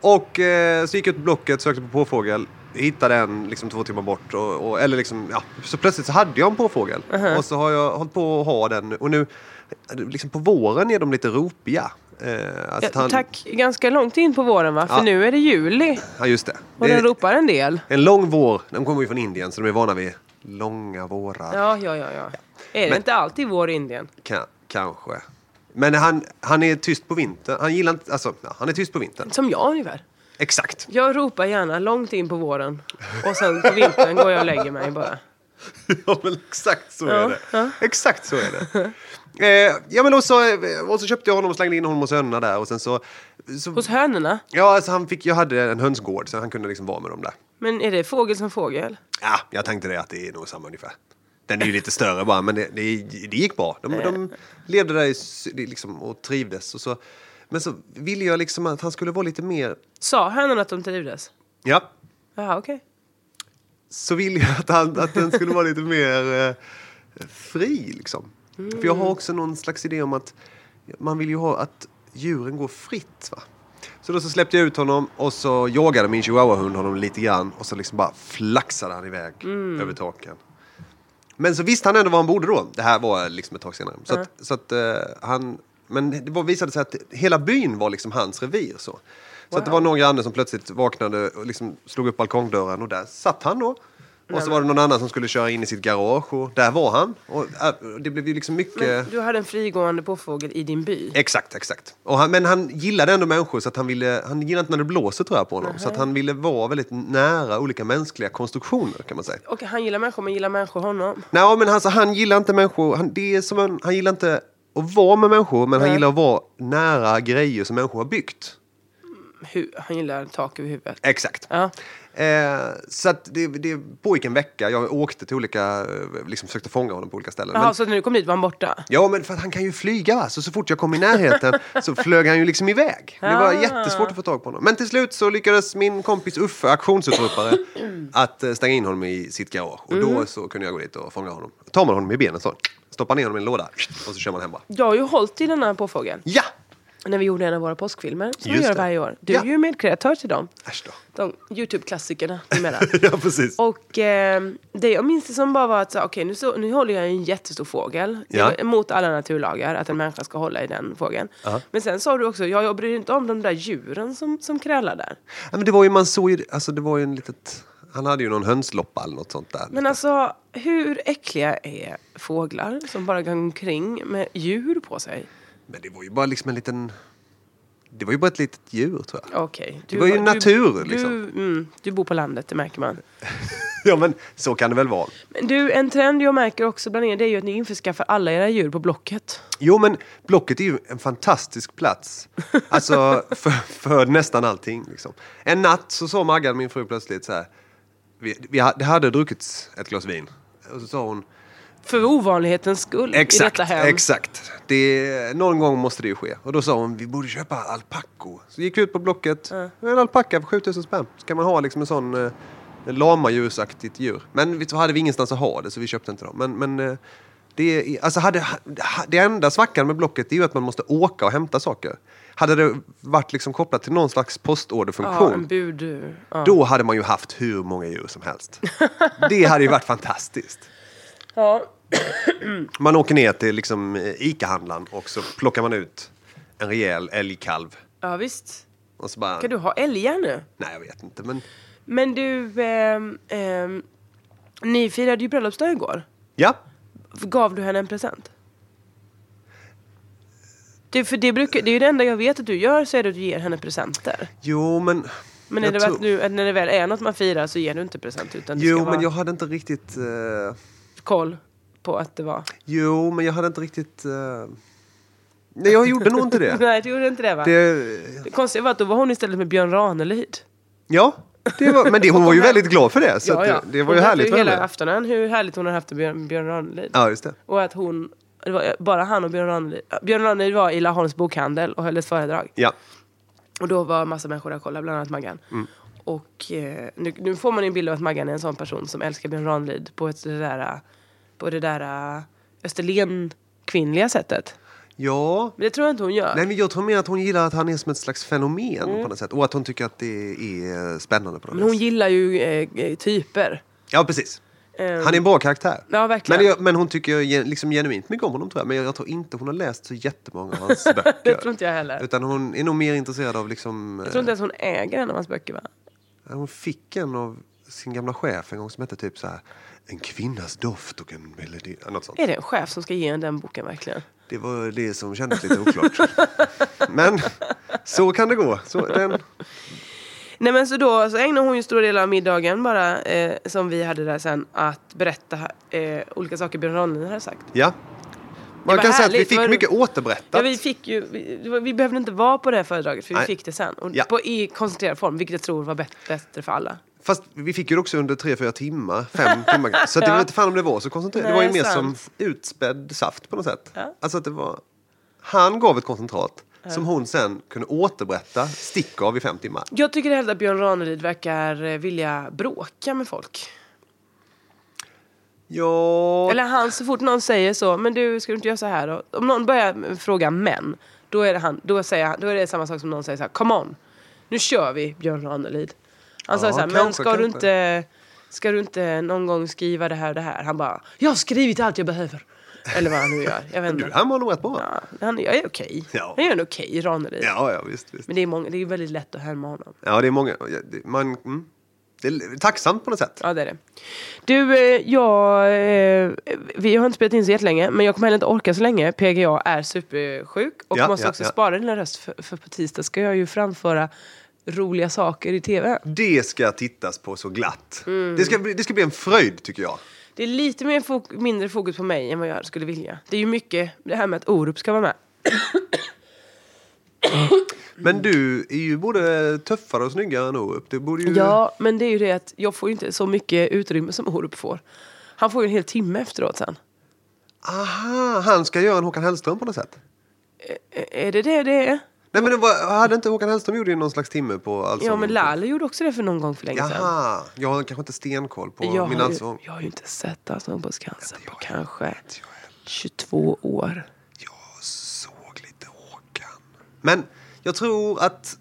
Speaker 3: Och eh, så gick jag ut på Blocket, sökte på påfågel. Hittade en liksom två timmar bort. Och, och, eller liksom, ja. Så plötsligt så hade jag en påfågel.
Speaker 2: Uh-huh.
Speaker 3: Och så har jag hållit på att ha den. Och nu, liksom på våren är de lite ropiga. Eh, alltså
Speaker 2: Ja,
Speaker 3: att han-
Speaker 2: Tack, ganska långt in på våren va? För
Speaker 3: Ja.
Speaker 2: nu är det juli
Speaker 3: Ja, just det.
Speaker 2: och
Speaker 3: det
Speaker 2: den ropar en del.
Speaker 3: en lång vår. De kommer ju från Indien så de är vana vid långa vårar.
Speaker 2: Ja, ja, ja. ja. Är det
Speaker 3: Men-
Speaker 2: inte alltid vår i Indien?
Speaker 3: Ka- kanske. Men han, han är tyst på vintern. Han gillar inte, alltså, ja, han är tyst på vintern.
Speaker 2: Som jag ungefär.
Speaker 3: Exakt.
Speaker 2: Jag ropar gärna långt in på våren och sen på vintern går jag och lägger mig bara.
Speaker 3: Ja, men exakt så är det. Exakt så är det. Eh, ja, men och så, eh, och så köpte jag honom och slängde in honom hos hönorna där. Och sen så, så,
Speaker 2: Hos hönorna?
Speaker 3: ja, alltså han fick, jag hade en hönsgård så han kunde liksom vara med dem där.
Speaker 2: Men är det fågel som fågel?
Speaker 3: Ja, jag tänkte det att det är nog samma ungefär. Den är ju lite större bara, men det, det, det gick bra. De, de levde där i, s- det liksom, och trivdes. Och så, men så ville jag liksom att han skulle vara lite mer...
Speaker 2: Sa hönorna att de trivdes?
Speaker 3: Ja,
Speaker 2: Jaha, okej.
Speaker 3: så vill jag att, han, att den skulle vara lite mer eh, fri. Liksom. För jag har också någon slags idé om att man vill ju ha att djuren går fritt. Va? Så då så släppte jag ut honom och så jagade min chihuahua-hund honom lite grann och så liksom bara flaxade han iväg över taken. Men så visste han ändå vad han borde då. Det här var liksom ett tag senare. Så att, så att, eh, han, men det var, visade sig att hela byn var liksom hans revir. Så, så att det var någon granne som plötsligt vaknade och liksom slog upp balkongdörren och där satt han då. Och så var det någon annan som skulle köra in i sitt garage och där var han. Och, eh, det blev ju liksom mycket...
Speaker 2: Men du hade en frigående påfågel i din by?
Speaker 3: Exakt, exakt. Och han, men han gillade ändå människor så att han ville, han gillade inte när det blåser tror jag på honom. Så att han ville vara väldigt nära olika mänskliga konstruktioner kan man säga.
Speaker 2: Och han gillar människor, men gillar människor honom?
Speaker 3: Nej, men alltså, han gillar inte människor. Han, det är som en, han gillar inte att vara med människor, men han
Speaker 2: Nej.
Speaker 3: gillar att vara nära grejer som människor har byggt.
Speaker 2: Hu- han gillar tak över huvudet?
Speaker 3: Exakt.
Speaker 2: Ja.
Speaker 3: Eh, så att det, det pågick en vecka. Jag åkte till olika, eh, liksom försökte fånga honom på olika ställen.
Speaker 2: Jaha,
Speaker 3: Men,
Speaker 2: så alltså, när du kom dit var han borta?
Speaker 3: ja, men för att han kan ju flyga va? Så, så fort jag kom i närheten så flög han ju liksom iväg. Det var
Speaker 2: Ah.
Speaker 3: jättesvårt att få tag på honom. Men till slut så lyckades min kompis Uffe, auktionsutropare, att eh, stänga in honom i sitt garage. Och
Speaker 2: Mhm.
Speaker 3: då så kunde jag gå dit och fånga honom. Tar man honom i benen så, stoppar ner honom i en låda och så kör man hem bara.
Speaker 2: Jag har ju hållit i den här påfågeln
Speaker 3: Ja!
Speaker 2: när vi gjorde en av våra påskfilmer som vi
Speaker 3: Just
Speaker 2: gör
Speaker 3: det.
Speaker 2: varje år. Du
Speaker 3: Ja.
Speaker 2: är ju medkreatör till dem.
Speaker 3: Äsch då.
Speaker 2: De Youtube-klassikerna numera.
Speaker 3: ja, precis.
Speaker 2: Och eh, det jag minns det som bara var att så, här, okej nu, så, nu håller jag i en jättestor fågel. Det
Speaker 3: Ja.
Speaker 2: var Mot alla naturlagar, att en människa ska hålla i den fågeln.
Speaker 3: Ja.
Speaker 2: Men sen sa du också, ja, jag bryr inte om de där djuren som, som krälar där.
Speaker 3: Ja, men det var ju, man såg ju, alltså det var ju en litet... Han hade ju någon hönsloppa eller något sånt där.
Speaker 2: Men alltså, hur äckliga är fåglar som bara går omkring med djur på sig?
Speaker 3: Men det var ju bara liksom en liten... Det var ju bara ett litet djur tror jag.
Speaker 2: Okej. du-
Speaker 3: var ju
Speaker 2: du-
Speaker 3: natur, liksom.
Speaker 2: Du, mm, du bor på landet, det märker man.
Speaker 3: Ja men så kan det väl vara.
Speaker 2: Men du, en trend jag märker också bland er det är ju att ni införskaffar alla era djur på Blocket.
Speaker 3: Jo men Blocket är ju en fantastisk plats. Alltså för, för nästan allting. Liksom. En natt så sa Maggan, min fru, plötsligt så här. Vi, vi, ha- det hade druckits ett glas vin. Och så sa hon.
Speaker 2: För ovanlighetens skull i
Speaker 3: Exakt,
Speaker 2: detta hem.
Speaker 3: exakt. Det, någon gång måste det ju ske. Och då sa hon, vi borde köpa alpacko. Så gick vi ut på Blocket. En alpacka för 7000 spänn. Så kan man ha liksom en sån eh, lamadjursaktigt djur. Men vi, så hade vi ingenstans att ha det så vi köpte inte dem. Men, men eh, det, är- alltså hade, ha- det enda svackan med Blocket är ju att man måste åka och hämta saker. Hade det varit liksom kopplat till någon slags
Speaker 2: Ja, en
Speaker 3: postorderfunktion.
Speaker 2: bud. Ja.
Speaker 3: då hade man ju haft hur många djur som helst. Det hade ju varit fantastiskt.
Speaker 2: Ja.
Speaker 3: Man åker ner till liksom eh, ICA-handlaren och så plockar man ut en rejäl älgkalv.
Speaker 2: ja, visst.
Speaker 3: Och så bara,
Speaker 2: Ska du ha älgar nu?
Speaker 3: nej jag vet inte men
Speaker 2: Men du, ehm, ehm, ni firade ju bröllopsdag igår.
Speaker 3: ja.
Speaker 2: Gav du henne en present? Det, för det, brukar, det är ju det enda jag vet att du gör, så är det att du ger henne presenter.
Speaker 3: Jo men.
Speaker 2: Men är
Speaker 3: jag
Speaker 2: det väl
Speaker 3: tror-
Speaker 2: att nu, när det väl är något man firar så ger du inte present utan du
Speaker 3: Jo
Speaker 2: ska
Speaker 3: men
Speaker 2: vara
Speaker 3: jag hade inte riktigt. eh,
Speaker 2: koll på att det var...
Speaker 3: jo men jag hade inte riktigt. eh, nej jag gjorde nog inte det.
Speaker 2: Nej, du gjorde inte det va? Det,
Speaker 3: det
Speaker 2: konstiga var att då var hon istället med Björn Ranelid.
Speaker 3: ja. Det var, men det, hon var ju väldigt glad för det. Så
Speaker 2: Ja,
Speaker 3: att
Speaker 2: ja.
Speaker 3: det, det var
Speaker 2: Hon
Speaker 3: ju
Speaker 2: berättade
Speaker 3: härligt för
Speaker 2: hela
Speaker 3: henne.
Speaker 2: aftonen hur härligt hon har haft det med Björn, Björn Ranelid.
Speaker 3: Ja just det.
Speaker 2: Och att hon, det var bara han och Björn Ranelid. Björn Ranelid var i Laholms bokhandel och höll ett föredrag.
Speaker 3: Ja.
Speaker 2: Och då var massa människor där och kollade, bland annat Maggan.
Speaker 3: Mm.
Speaker 2: Och eh, nu, nu får man ju en bild av att Maggan är en sån person som älskar Björn Ranelid på ett, det där, på det där eh, Österlen kvinnliga sättet.
Speaker 3: Ja.
Speaker 2: Men det tror jag inte hon gör.
Speaker 3: Nej men jag tror mer att hon gillar att han är som ett slags fenomen på något sätt. Och att hon tycker att det är spännande på
Speaker 2: Men
Speaker 3: något
Speaker 2: hon
Speaker 3: vis.
Speaker 2: gillar ju eh, eh, typer.
Speaker 3: Ja precis.
Speaker 2: Ehm,
Speaker 3: Han är en bra karaktär.
Speaker 2: Ja, verkligen.
Speaker 3: Men, jag, men hon tycker ju gen- liksom genuint mycket om honom tror jag. Men jag, jag tror inte hon har läst så jättemånga av hans böcker.
Speaker 2: Det tror inte jag heller.
Speaker 3: Utan hon är nog mer intresserad av liksom...
Speaker 2: Jag tror inte ens hon äger en av hans böcker va?
Speaker 3: eh, Hon fick en av sin gamla chef en gång som hette typ så här En kvinnas doft och en melodi. ja, Något sånt.
Speaker 2: Är det en chef som ska ge en den boken verkligen?
Speaker 3: Det var det som kändes lite oklart. men så kan det gå. Så, den,
Speaker 2: Nej men så då så ägnade hon ju stora delar av middagen bara eh, som vi hade där sen att berätta eh, olika saker Björn Ranelid hade sagt.
Speaker 3: ja. Man
Speaker 2: var
Speaker 3: kan säga att vi
Speaker 2: härligt,
Speaker 3: fick
Speaker 2: vad-
Speaker 3: mycket återberättat.
Speaker 2: Ja, vi, fick ju, vi, det var- vi behövde inte vara på det här föredraget för vi
Speaker 3: Nej.
Speaker 2: fick det sen. Och
Speaker 3: Ja.
Speaker 2: på, I koncentrerad form, vilket jag tror var bättre, bättre för alla.
Speaker 3: Fast vi fick ju det också under tre, fyra timmar. Fem timmar. kanske. Så att det
Speaker 2: Ja.
Speaker 3: var inte fan om det var så koncentrerat. Det var ju
Speaker 2: Nej,
Speaker 3: mer
Speaker 2: sant.
Speaker 3: som utspädd saft på något sätt.
Speaker 2: Ja.
Speaker 3: Alltså att det var... Han gav ett koncentrat som hon sen kunde återberätta stick av i fem timmar.
Speaker 2: Jag tycker helt att Björn Ranelid verkar eh, vilja bråka med folk.
Speaker 3: Ja...
Speaker 2: Eller han, så fort någon säger så, men du ska du inte göra så här då? Om någon börjar fråga men, då är det, han, då säger han, då är det samma sak som någon säger så här, come on, nu kör vi Björn Ranelid. Han
Speaker 3: Ja,
Speaker 2: sa så här, men
Speaker 3: kanske,
Speaker 2: ska du
Speaker 3: kanske."
Speaker 2: inte, ska du inte någon gång skriva det här och det här? Han bara, jag har skrivit allt jag behöver. Eller vad han nu gör, jag vet
Speaker 3: Du,
Speaker 2: inte.
Speaker 3: han var nog rätt bra.
Speaker 2: Ja, han jag är okej.
Speaker 3: Ja.
Speaker 2: Han gör en okej Ranelid.
Speaker 3: Ja, ja, visst. visst.
Speaker 2: Men det är, många, det är väldigt lätt att härma honom.
Speaker 3: Ja, det är många. ja, det- Man, mm, det är tacksamt på något sätt.
Speaker 2: Ja, det är det. Du, eh, jag... eh, Vi har inte spelat in så jättelänge, men jag kommer heller inte orka så länge. PGA är supersjuk och
Speaker 3: Ja,
Speaker 2: måste
Speaker 3: ja,
Speaker 2: också
Speaker 3: ja.
Speaker 2: spara din röst, för, för på tisdag ska jag ju framföra roliga saker i tv.
Speaker 3: Det ska tittas på så glatt.
Speaker 2: Mm.
Speaker 3: Det, ska, bli- det ska bli en fröjd, tycker jag.
Speaker 2: Det är lite mer fok- mindre fokus på mig än vad jag skulle vilja. Det är ju mycket det här med att Orup ska vara med. Mm.
Speaker 3: Men du är ju både tuffare och snyggare än Orup. Du borde ju...
Speaker 2: Ja, men det är ju det att jag får ju inte så mycket utrymme som Orup får. Han får ju en hel timme efteråt sen.
Speaker 3: Aha, han ska göra en Håkan Hellström på något sätt.
Speaker 2: Ä- Är det det det är?
Speaker 3: Nej men det var, hade inte Håkan Hellström gjorde ju någon slags timme på Allsången?
Speaker 2: Ja, men Lalo gjorde också det för någon gång för länge sedan.
Speaker 3: Jaha, jag har kanske inte stenkoll på
Speaker 2: jag,
Speaker 3: min
Speaker 2: har ju,
Speaker 3: allsång.
Speaker 2: jag har ju inte sett Allsång på Skansen på kanske 22 år.
Speaker 3: Jag såg lite Håkan. Men jag tror att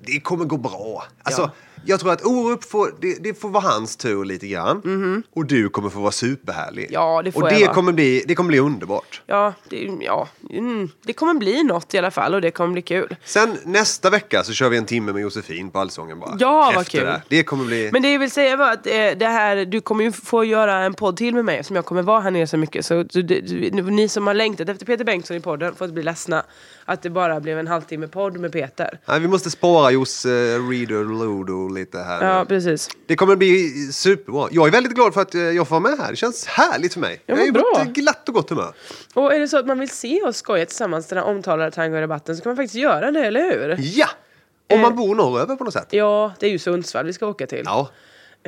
Speaker 3: det kommer gå bra. Alltså, Jag tror att Orup får, det, det får vara hans tur lite grann. Och du kommer få vara superhärlig.
Speaker 2: Mhm. Ja, det får
Speaker 3: och
Speaker 2: jag
Speaker 3: det
Speaker 2: vara.
Speaker 3: kommer, bli, det kommer bli underbart.
Speaker 2: Ja, det, ja mm, det kommer bli något i alla fall och det kommer bli kul.
Speaker 3: Sen nästa vecka så kör vi en timme med Josefin på Allsången bara.
Speaker 2: Ja, vad
Speaker 3: Efter
Speaker 2: kul.
Speaker 3: Det, här. det kommer bli...
Speaker 2: Men det jag vill säga var att eh, det här, du kommer ju få göra en podd till med mig eftersom jag kommer vara här nere så mycket. Så du, du, du, ni som har längtat efter Peter Bengtsson i podden får inte bli ledsna att det bara blev en halvtimme podd med Peter.
Speaker 3: Nej, vi måste spara Jos eh, Reader Ludo lite här nu.
Speaker 2: Ja, precis.
Speaker 3: Det kommer bli superbra. Jag är väldigt glad för att eh, jag får vara med här. Det känns härligt för mig.
Speaker 2: Ja,
Speaker 3: jag är
Speaker 2: vad
Speaker 3: på
Speaker 2: bra.
Speaker 3: ett eh, glatt och gott humör.
Speaker 2: Och är det så att man vill se oss skoja tillsammans den här omtalade tangorabatten så kan man faktiskt göra det, eller hur?
Speaker 3: Ja! Om
Speaker 2: Eh.
Speaker 3: man bor norröver på något sätt.
Speaker 2: Ja, det är ju Sundsvall vi ska åka till.
Speaker 3: Ja.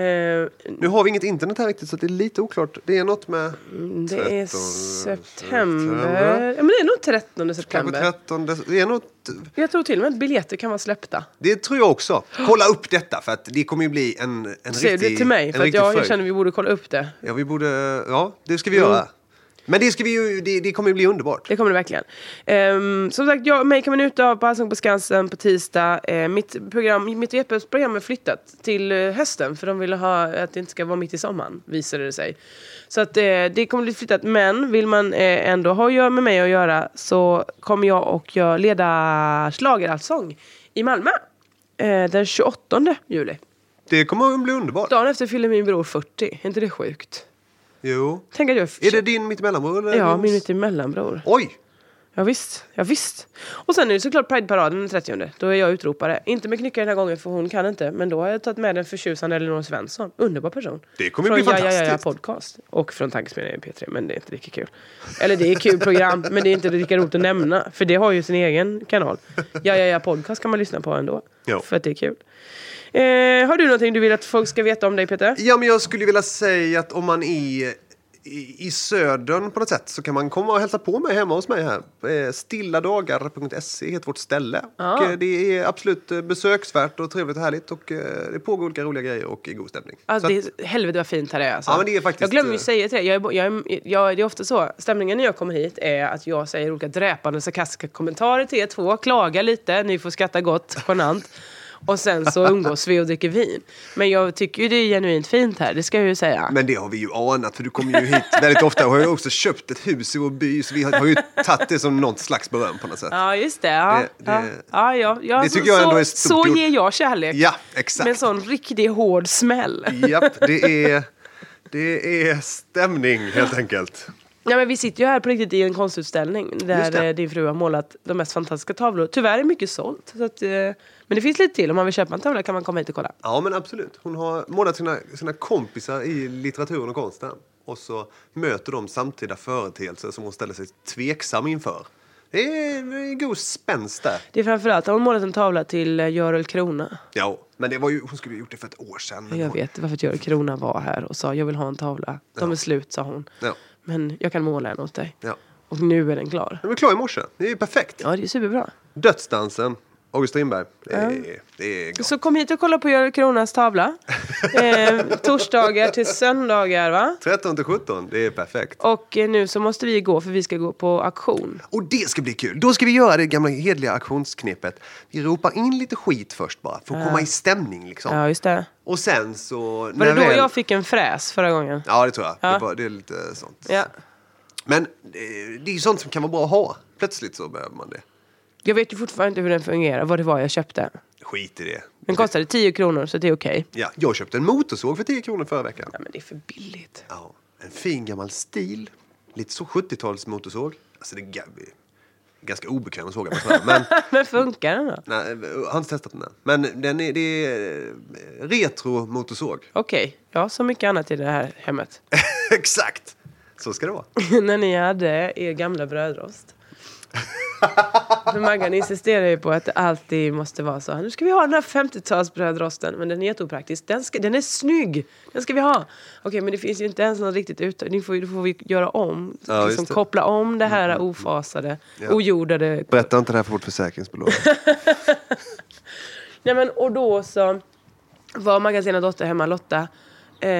Speaker 2: Eh,
Speaker 3: Nu har vi inget internet här riktigt så det är lite oklart. Det är något med...
Speaker 2: Det är
Speaker 3: 13
Speaker 2: september. Ja, men det är nog 13
Speaker 3: Kanske
Speaker 2: september.
Speaker 3: 13. Det är något...
Speaker 2: Jag tror till och med att biljetter kan vara släppta.
Speaker 3: Det tror jag också. Kolla upp detta för att det kommer ju bli en, en
Speaker 2: Säger
Speaker 3: riktig...
Speaker 2: du det till mig?
Speaker 3: en
Speaker 2: För att
Speaker 3: riktig
Speaker 2: jag,
Speaker 3: fröjd.
Speaker 2: jag känner att vi borde kolla upp det.
Speaker 3: Ja, vi borde... Ja, det ska vi
Speaker 2: Mm.
Speaker 3: göra. Men det, ska vi ju, det, det kommer ju bli underbart.
Speaker 2: Det kommer det verkligen. Ehm, som sagt, jag, mig kan man njuta av på Allsång på Skansen på tisdag. Eh, mitt program, mitt repövsprogram är flyttat till eh, hösten för de ville ha att det inte ska vara mitt i sommaren, visade det sig. Så att, eh, det kommer bli flyttat, men vill man eh, ändå ha att göra med mig att göra så kommer jag och jag leda schlagerallsång i Malmö. Eh, den 28 juli.
Speaker 3: Det kommer att bli underbart.
Speaker 2: Dagen efter fyller min bror 40. Är inte det sjukt?
Speaker 3: Jo.
Speaker 2: Tänk att jag
Speaker 3: Är det din mittemellanbror? eller
Speaker 2: Ja,
Speaker 3: din-
Speaker 2: min mittemellanbror.
Speaker 3: Oj!
Speaker 2: Ja, visst. ja, visst. Och sen är det såklart Prideparaden den 30. Då är jag utropare. Inte med Knyckare den här gången för hon kan inte. Men då har jag tagit med den förtjusande Elinor Svensson. Underbar person.
Speaker 3: Det kommer
Speaker 2: från
Speaker 3: bli
Speaker 2: Ja, ja, ja, ja,
Speaker 3: fantastiskt.
Speaker 2: podcast. Och från Tankesmedjan P3. Men det är inte lika kul. Eller det är kul program. men det är inte lika roligt att nämna. För det har ju sin egen kanal. Ja, ja, ja, podcast kan man lyssna på ändå.
Speaker 3: Jo.
Speaker 2: För att det är kul. Eh, har du någonting du vill att folk ska veta om dig Peter?
Speaker 3: Ja, men jag skulle vilja säga att om man är i, i södern på något sätt så kan man komma och hälsa på mig hemma hos mig här. Eh, Stilladagar.se heter vårt ställe. Och, eh, det är absolut eh, besöksvärt och trevligt och härligt och eh, det pågår olika roliga grejer och i god stämning.
Speaker 2: Alltså,
Speaker 3: Så
Speaker 2: det är, helvete vad fint här är. Alltså.
Speaker 3: Ja, men det är faktiskt- eh,
Speaker 2: jag glömmer ju säga till dig, jag är, bo- jag är, jag, det är ofta så, stämningen när jag kommer hit är att jag säger olika dräpande sarkastiska kommentarer till er två, klagar lite, ni får skratta gott, genant. Och sen så umgås vi och dricker vin. Men jag tycker ju det är genuint fint här, det ska jag ju säga.
Speaker 3: att, men det har vi ju anat för du kommer ju hit väldigt ofta och har ju också köpt ett hus i vår by så vi har, har ju tagit det som något slags beröm på något sätt.
Speaker 2: ja, just det. Ja,
Speaker 3: Det- det-
Speaker 2: ja, ja, ja, ja,
Speaker 3: det
Speaker 2: så-
Speaker 3: tycker jag
Speaker 2: så,
Speaker 3: ändå är stort
Speaker 2: Så
Speaker 3: gjort.
Speaker 2: ger jag kärlek.
Speaker 3: Ja, exakt.
Speaker 2: Med en sån riktig hård smäll.
Speaker 3: Japp, det är, det är stämning helt enkelt.
Speaker 2: Ja, men vi sitter ju här på riktigt i en konstutställning där
Speaker 3: Just det.
Speaker 2: eh, din fru har målat de mest fantastiska tavlor. Tyvärr är mycket sålt. Så att, eh, men det finns lite till. Om man vill köpa en tavla kan man komma hit och kolla.
Speaker 3: Ja, men absolut. Hon har målat sina, sina kompisar i litteraturen och konsten. Och så möter de samtida företeelser som hon ställer sig tveksam inför. Det är det är en god spänst där.
Speaker 2: Det är framförallt, har hon målat en tavla till eh, Görel Krona.
Speaker 3: Ja, men det var ju, hon skulle ju gjort det för ett år sedan. men
Speaker 2: Jag
Speaker 3: hon-
Speaker 2: vet varför att Görel Krona var här och sa jag vill ha en tavla. De är slut, sa hon.
Speaker 3: Ja.
Speaker 2: Men jag kan måla en åt dig.
Speaker 3: Ja.
Speaker 2: Och nu är den klar.
Speaker 3: Den var klar i morse. Det är ju perfekt.
Speaker 2: Ja, det är superbra.
Speaker 3: Dödsdansen, August Strindberg. Det är, det är gott.
Speaker 2: Så kom hit och kolla på Görel Kronas tavla. eh, torsdagar till söndagar, va?
Speaker 3: 13 till 17, det är perfekt.
Speaker 2: Och eh, nu så måste vi gå för vi ska gå på auktion.
Speaker 3: Och det ska bli kul! Då ska vi göra det gamla hedliga auktionsknepet. Vi ropar in lite skit först bara, för att komma i stämning liksom.
Speaker 2: Ja, just det.
Speaker 3: Och sen så...
Speaker 2: Var det då jag fick en fräs förra gången?
Speaker 3: Ja, det tror jag.
Speaker 2: Ja.
Speaker 3: Det, är bara, det är lite sånt.
Speaker 2: Ja.
Speaker 3: Men eh, det är ju sånt som kan vara bra att ha. Plötsligt så behöver man det.
Speaker 2: Jag vet ju fortfarande inte hur den fungerar, vad det var jag köpte.
Speaker 3: Skit i det.
Speaker 2: Den kostade 10 kronor, så det är okej.
Speaker 3: Ja, jag köpte en motorsåg för 10 kronor förra veckan.
Speaker 2: Ja, men det är för billigt.
Speaker 3: Ja, en fin gammal stil. Lite så 70-tals motorsåg. Alltså det är ga- ganska obekväm att såga på sådär. Men
Speaker 2: Men funkar den då?
Speaker 3: nej, eh, jag har inte testat den än. Men den är, det är eh, retro-motorsåg.
Speaker 2: Okej, ja, så mycket annat i det här hemmet.
Speaker 3: Exakt! Så ska det vara.
Speaker 2: När ni hade er gamla brödrost. För Maggan insisterar ju på att det alltid måste vara så. Nu ska vi ha den här 50-talsbrödrosten. Men den är jätteopraktisk. Den, ska, den är snygg! Den ska vi ha. Okej, men det finns ju inte ens någon riktigt uttag. Nu får, vi- då får vi göra om.
Speaker 3: Ja, just
Speaker 2: liksom
Speaker 3: det. Mm,
Speaker 2: koppla om det här ofasade, ojordade
Speaker 3: Berätta inte det här för vårt försäkringsbolag.
Speaker 2: Nej men och då så var Maggas ena dotter hemma, Lotta. Eh,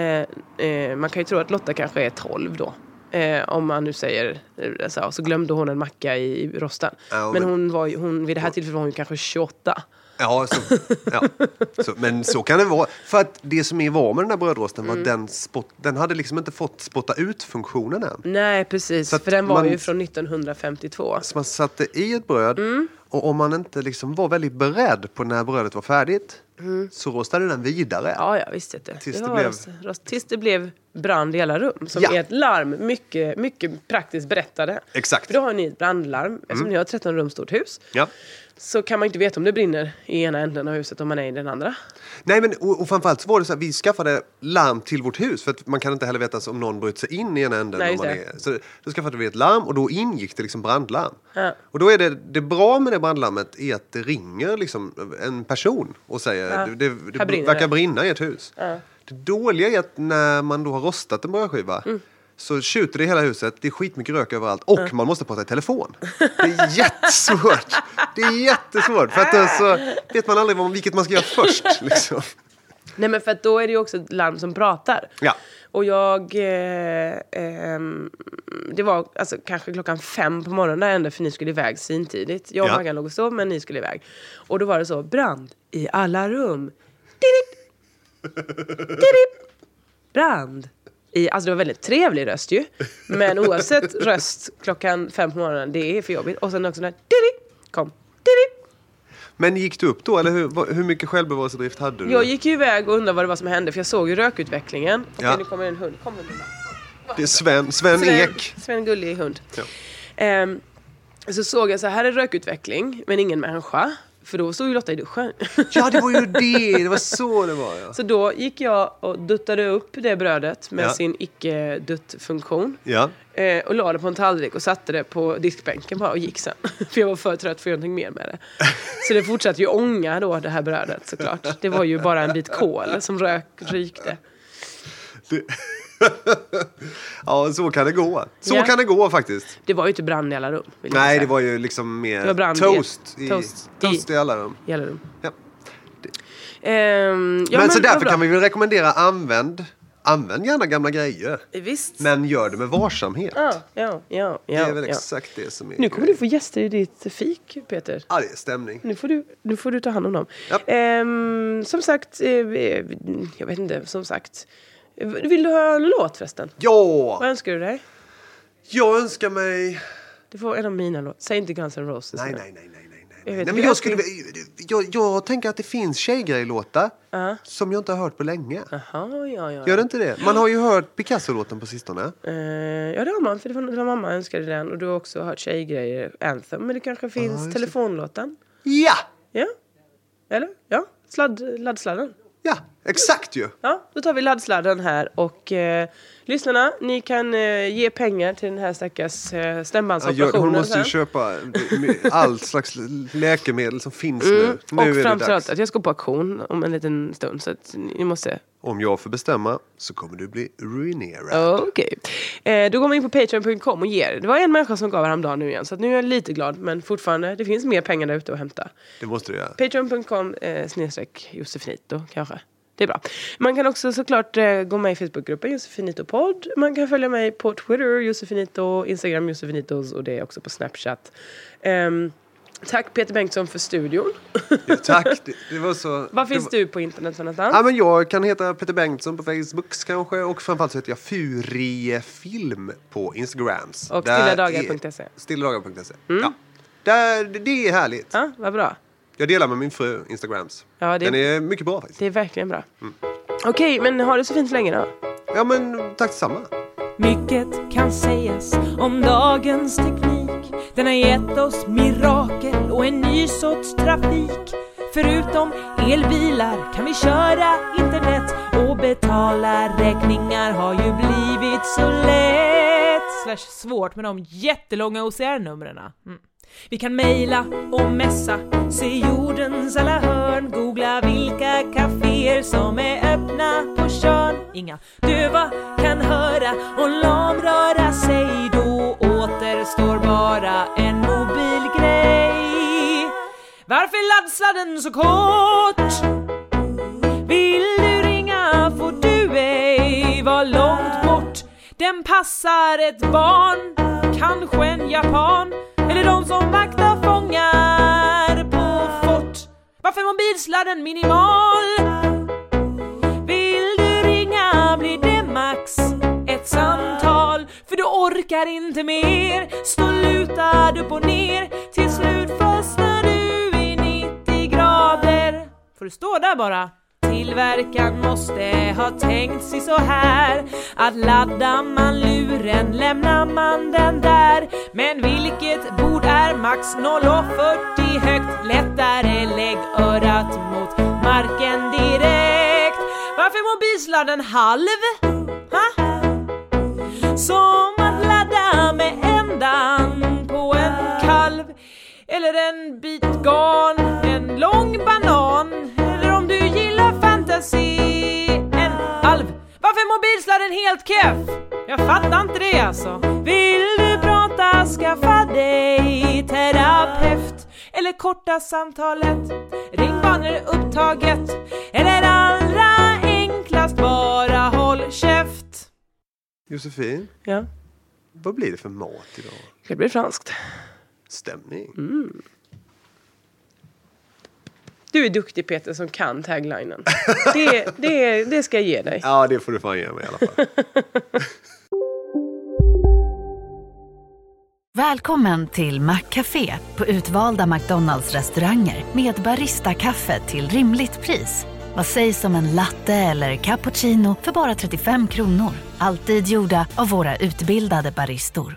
Speaker 2: eh, man kan ju tro att Lotta kanske är 12 då. Eh, om man nu säger eh, så, här, och så glömde hon en macka i, i rosten.
Speaker 3: Ja,
Speaker 2: men
Speaker 3: men-
Speaker 2: hon var ju, hon, vid det här tillfället var hon ju kanske 28.
Speaker 3: Ja, så, ja. Så, men så kan det vara. För att det som är var med den där brödrosten var att den, spott, den hade liksom inte fått spotta ut-funktionen än.
Speaker 2: Nej precis,
Speaker 3: Så att
Speaker 2: för den var
Speaker 3: man-
Speaker 2: ju från 1952.
Speaker 3: Så man satte i ett bröd och om man inte liksom var väldigt beredd på när brödet var färdigt så rostade den vidare.
Speaker 2: Ja, ja visst vet du.
Speaker 3: Tills
Speaker 2: det
Speaker 3: det
Speaker 2: var
Speaker 3: blev-
Speaker 2: rost, rost, tills det blev brand i alla rum. Som
Speaker 3: Ja.
Speaker 2: är ett larm, mycket, mycket praktiskt berättade.
Speaker 3: Exakt. Mm.
Speaker 2: För då har ni ett brandlarm, eftersom ni har ett 13 rum stort hus.
Speaker 3: Ja.
Speaker 2: så kan man inte veta om det brinner i ena änden av huset om man är i den andra.
Speaker 3: Nej, men, och, och framförallt så var det så här, vi skaffade larm till vårt hus för att man kan inte heller veta så om någon brutit sig in i ena änden.
Speaker 2: Nej,
Speaker 3: om man
Speaker 2: just det.
Speaker 3: är, så då skaffade vi ett larm och då ingick det liksom brandlarm.
Speaker 2: Ja.
Speaker 3: Och då är det, det bra med det brandlarmet är att det ringer liksom en person och säger
Speaker 2: Ja.
Speaker 3: det, det, det
Speaker 2: Här brinner
Speaker 3: verkar
Speaker 2: det."
Speaker 3: brinna i ett hus. Det dåliga är att när man då har rostat en brödskiva
Speaker 2: Mm.
Speaker 3: Så tjuter det i hela huset, det är skitmycket rök överallt och man måste prata i telefon. Det är jättesvårt! Det är jättesvårt för att då så vet man aldrig vad, vilket man ska göra först. Liksom.
Speaker 2: Nej men för att då är det ju också ett larm som pratar.
Speaker 3: Ja.
Speaker 2: Och jag... Eh, ehm, det var alltså, kanske klockan fem på morgonen där ändå för ni skulle iväg svintidigt. Jag och
Speaker 3: Ja.
Speaker 2: Maggan låg och sov men ni skulle iväg. Och då var det så, brand i alla rum. Didip. Didip. Brand. I, alltså det var väldigt trevlig röst ju. Men oavsett röst klockan fem på morgonen, det är för jobbigt. Och sen också den här, didip, kom. Didip.
Speaker 3: Men gick du upp då? Eller hur, vad- hur mycket självbevarelsedrift hade du?
Speaker 2: Jag gick ju iväg och undrade vad det var som hände för jag såg ju rökutvecklingen.
Speaker 3: Ja.
Speaker 2: Okej, nu kommer en hund. Kom hunden.
Speaker 3: Det är Sven, Sven, Ek.
Speaker 2: Sven Gullig hund.
Speaker 3: Ja.
Speaker 2: Ehm, så såg jag så här är rökutveckling, men ingen människa. För då stod ju Lotta i duschen.
Speaker 3: Ja, det var ju det. Det var så det var. Ja.
Speaker 2: så då gick jag och duttade upp det brödet med
Speaker 3: Ja.
Speaker 2: sin icke-dutt-funktion.
Speaker 3: ja.
Speaker 2: Eh, och la det på en tallrik och satte det på diskbänken bara och gick sen. för jag var för trött för att göra någonting mer med det. Så det fortsatte ju ånga då det här brödet såklart. Det var ju bara en bit kol som rök, rykte.
Speaker 3: Ja, så kan det gå. Så
Speaker 2: Ja.
Speaker 3: kan det gå faktiskt.
Speaker 2: Det var ju inte brand i alla rum. vill jag
Speaker 3: Nej,
Speaker 2: säga.
Speaker 3: det var ju liksom mer
Speaker 2: Det var brand i-
Speaker 3: toast, i,
Speaker 2: toast
Speaker 3: toast.
Speaker 2: i-
Speaker 3: i alla rum.
Speaker 2: I alla rum.
Speaker 3: Ja.
Speaker 2: Ehm, ja, men,
Speaker 3: men så
Speaker 2: det var
Speaker 3: därför
Speaker 2: bra.
Speaker 3: kan vi väl rekommendera använd, använd gärna gamla grejer.
Speaker 2: Eh, Visst.
Speaker 3: Men gör det med varsamhet.
Speaker 2: Ja, ja, ja.
Speaker 3: det är
Speaker 2: ja,
Speaker 3: väl
Speaker 2: ja.
Speaker 3: exakt det som är
Speaker 2: Nu kommer du få gäster i ditt fik, Peter.
Speaker 3: Ja, det är stämning.
Speaker 2: Nu får, du, nu får du ta hand om dem.
Speaker 3: Ja.
Speaker 2: Ehm, som sagt, eh, eh, jag vet inte, som sagt. Eh, Vill du ha en låt förresten? Vad
Speaker 3: Ja,
Speaker 2: önskar du dig?
Speaker 3: jag önskar mig...
Speaker 2: Du får en av mina låtar. Säg inte Guns N' Roses.
Speaker 3: Nej,
Speaker 2: nu.
Speaker 3: nej, nej. nej, nej,
Speaker 2: Jag
Speaker 3: nej.
Speaker 2: vet,
Speaker 3: nej
Speaker 2: vi
Speaker 3: men jag,
Speaker 2: önskar-
Speaker 3: skulle, jag, jag tänker att det finns tjejgrejlåtar som jag inte har hört på länge.
Speaker 2: Jaha, ja, ja.
Speaker 3: Gör det inte det? Man har ju hört Picasso-låten på sistone.
Speaker 2: Eh, ja, det har man. För det var, det var mamma önskade den. Och du har också hört tjejgrejer, Anthem. Men det kanske finns telefonlåten.
Speaker 3: Ja!
Speaker 2: Ja? Eller? Ja? Sladd, laddsladden.
Speaker 3: Ja, exakt ju!
Speaker 2: Ja, då tar vi laddsladden här. Och eh, lyssnarna, ni kan eh, ge pengar till den här stackars eh,
Speaker 3: Ja, gör,
Speaker 2: stämbandsoperationen.
Speaker 3: hon måste ju
Speaker 2: sen.
Speaker 3: köpa eh, all slags läkemedel som finns
Speaker 2: Mm.
Speaker 3: nu. Nu
Speaker 2: och
Speaker 3: är det
Speaker 2: framför
Speaker 3: dags.
Speaker 2: allt att jag ska på auktion om en liten stund. Så att ni måste...
Speaker 3: Om jag får bestämma så kommer du bli ruinerad.
Speaker 2: Okej. Eh, då går man in på patreon.com och ger. Det var en människa som gav häromdagen nu igen. Så att nu är jag lite glad. Men fortfarande, det finns mer pengar där ute att hämta.
Speaker 3: Det måste du göra.
Speaker 2: Patreon.com eh, snedstreck Josefinito kanske. Det är bra. Man kan också såklart eh, gå med i Facebookgruppen Josefinito podd. Man kan följa mig på Twitter, Josefinito, Instagram Josefinitos och det är också på Snapchat. Ehm, tack Peter Bengtsson för studion.
Speaker 3: Tack! Det, det var så...
Speaker 2: Var finns
Speaker 3: det var,
Speaker 2: du på internet för någonstans?
Speaker 3: Ja, men jag kan heta Peter Bengtsson på Facebook kanske och framförallt så heter jag Furiefilm på Instagrams.
Speaker 2: Och
Speaker 3: Där
Speaker 2: stilladagar.se.
Speaker 3: är- Stilladagar.se. Ja. Där, det är härligt.
Speaker 2: Mm. Ja, vad bra.
Speaker 3: Jag delar med min fru Instagrams.
Speaker 2: Ja, det-
Speaker 3: Den är mycket bra faktiskt.
Speaker 2: Det är verkligen bra. Okej, men ha det så fint så länge då.
Speaker 3: Ja men tack detsamma.
Speaker 4: Mycket kan sägas om dagens teknik. Den har gett oss mirakel och en ny sorts trafik. Förutom elbilar kan vi köra internet och betala räkningar har ju blivit så lätt. Slash svårt med de jättelånga OCR-numren. Mm. Vi kan mejla och messa, se jordens alla hörn, googla vilka kaféer som är öppna på Tjörn. Inga döva kan höra och lamröra sig, då återstår bara en mobilgrej. Varför laddsladden så kort? Vill du ringa får du ej vara långt bort Den passar ett barn, kanske en japan Eller de som vaktar fångar på fort Varför är mobilsladden minimal? Vill du ringa blir det max ett samtal För du orkar inte mer Stå lutad upp och ner Till slut fastnar du i 90 grader Får du stå där bara Tillverkaren måste ha tänkt sig så här Att laddar man luren lämnar man den där Men vilket bord är max 0,40 högt? Lättare lägg örat mot marken direkt Varför är mobilsladden halv? Ha? Som att ladda med ändan på en kalv Eller en bit garn, en lång banan Eller om du gillar fantasi, en alv Varför är mobilsladden helt keff? Jag fattar inte det alltså Vill du prata, skaffa dig terapeut Eller korta samtalet, ring bara när det är upptaget Eller allra enklast, bara håll käft
Speaker 3: Josefin,
Speaker 2: Ja,
Speaker 3: vad blir det för mat idag?
Speaker 2: det blir franskt.
Speaker 3: Stämning?
Speaker 2: Du är duktig Peter som kan taglinen. Det, det, det ska jag ge dig.
Speaker 3: Ja det får du fan ge mig i alla fall.
Speaker 5: Välkommen till Maccafé på utvalda McDonalds restauranger med Baristakaffe till rimligt pris. Vad sägs om en latte eller cappuccino för bara 35 kronor? Alltid gjorda av våra utbildade baristor.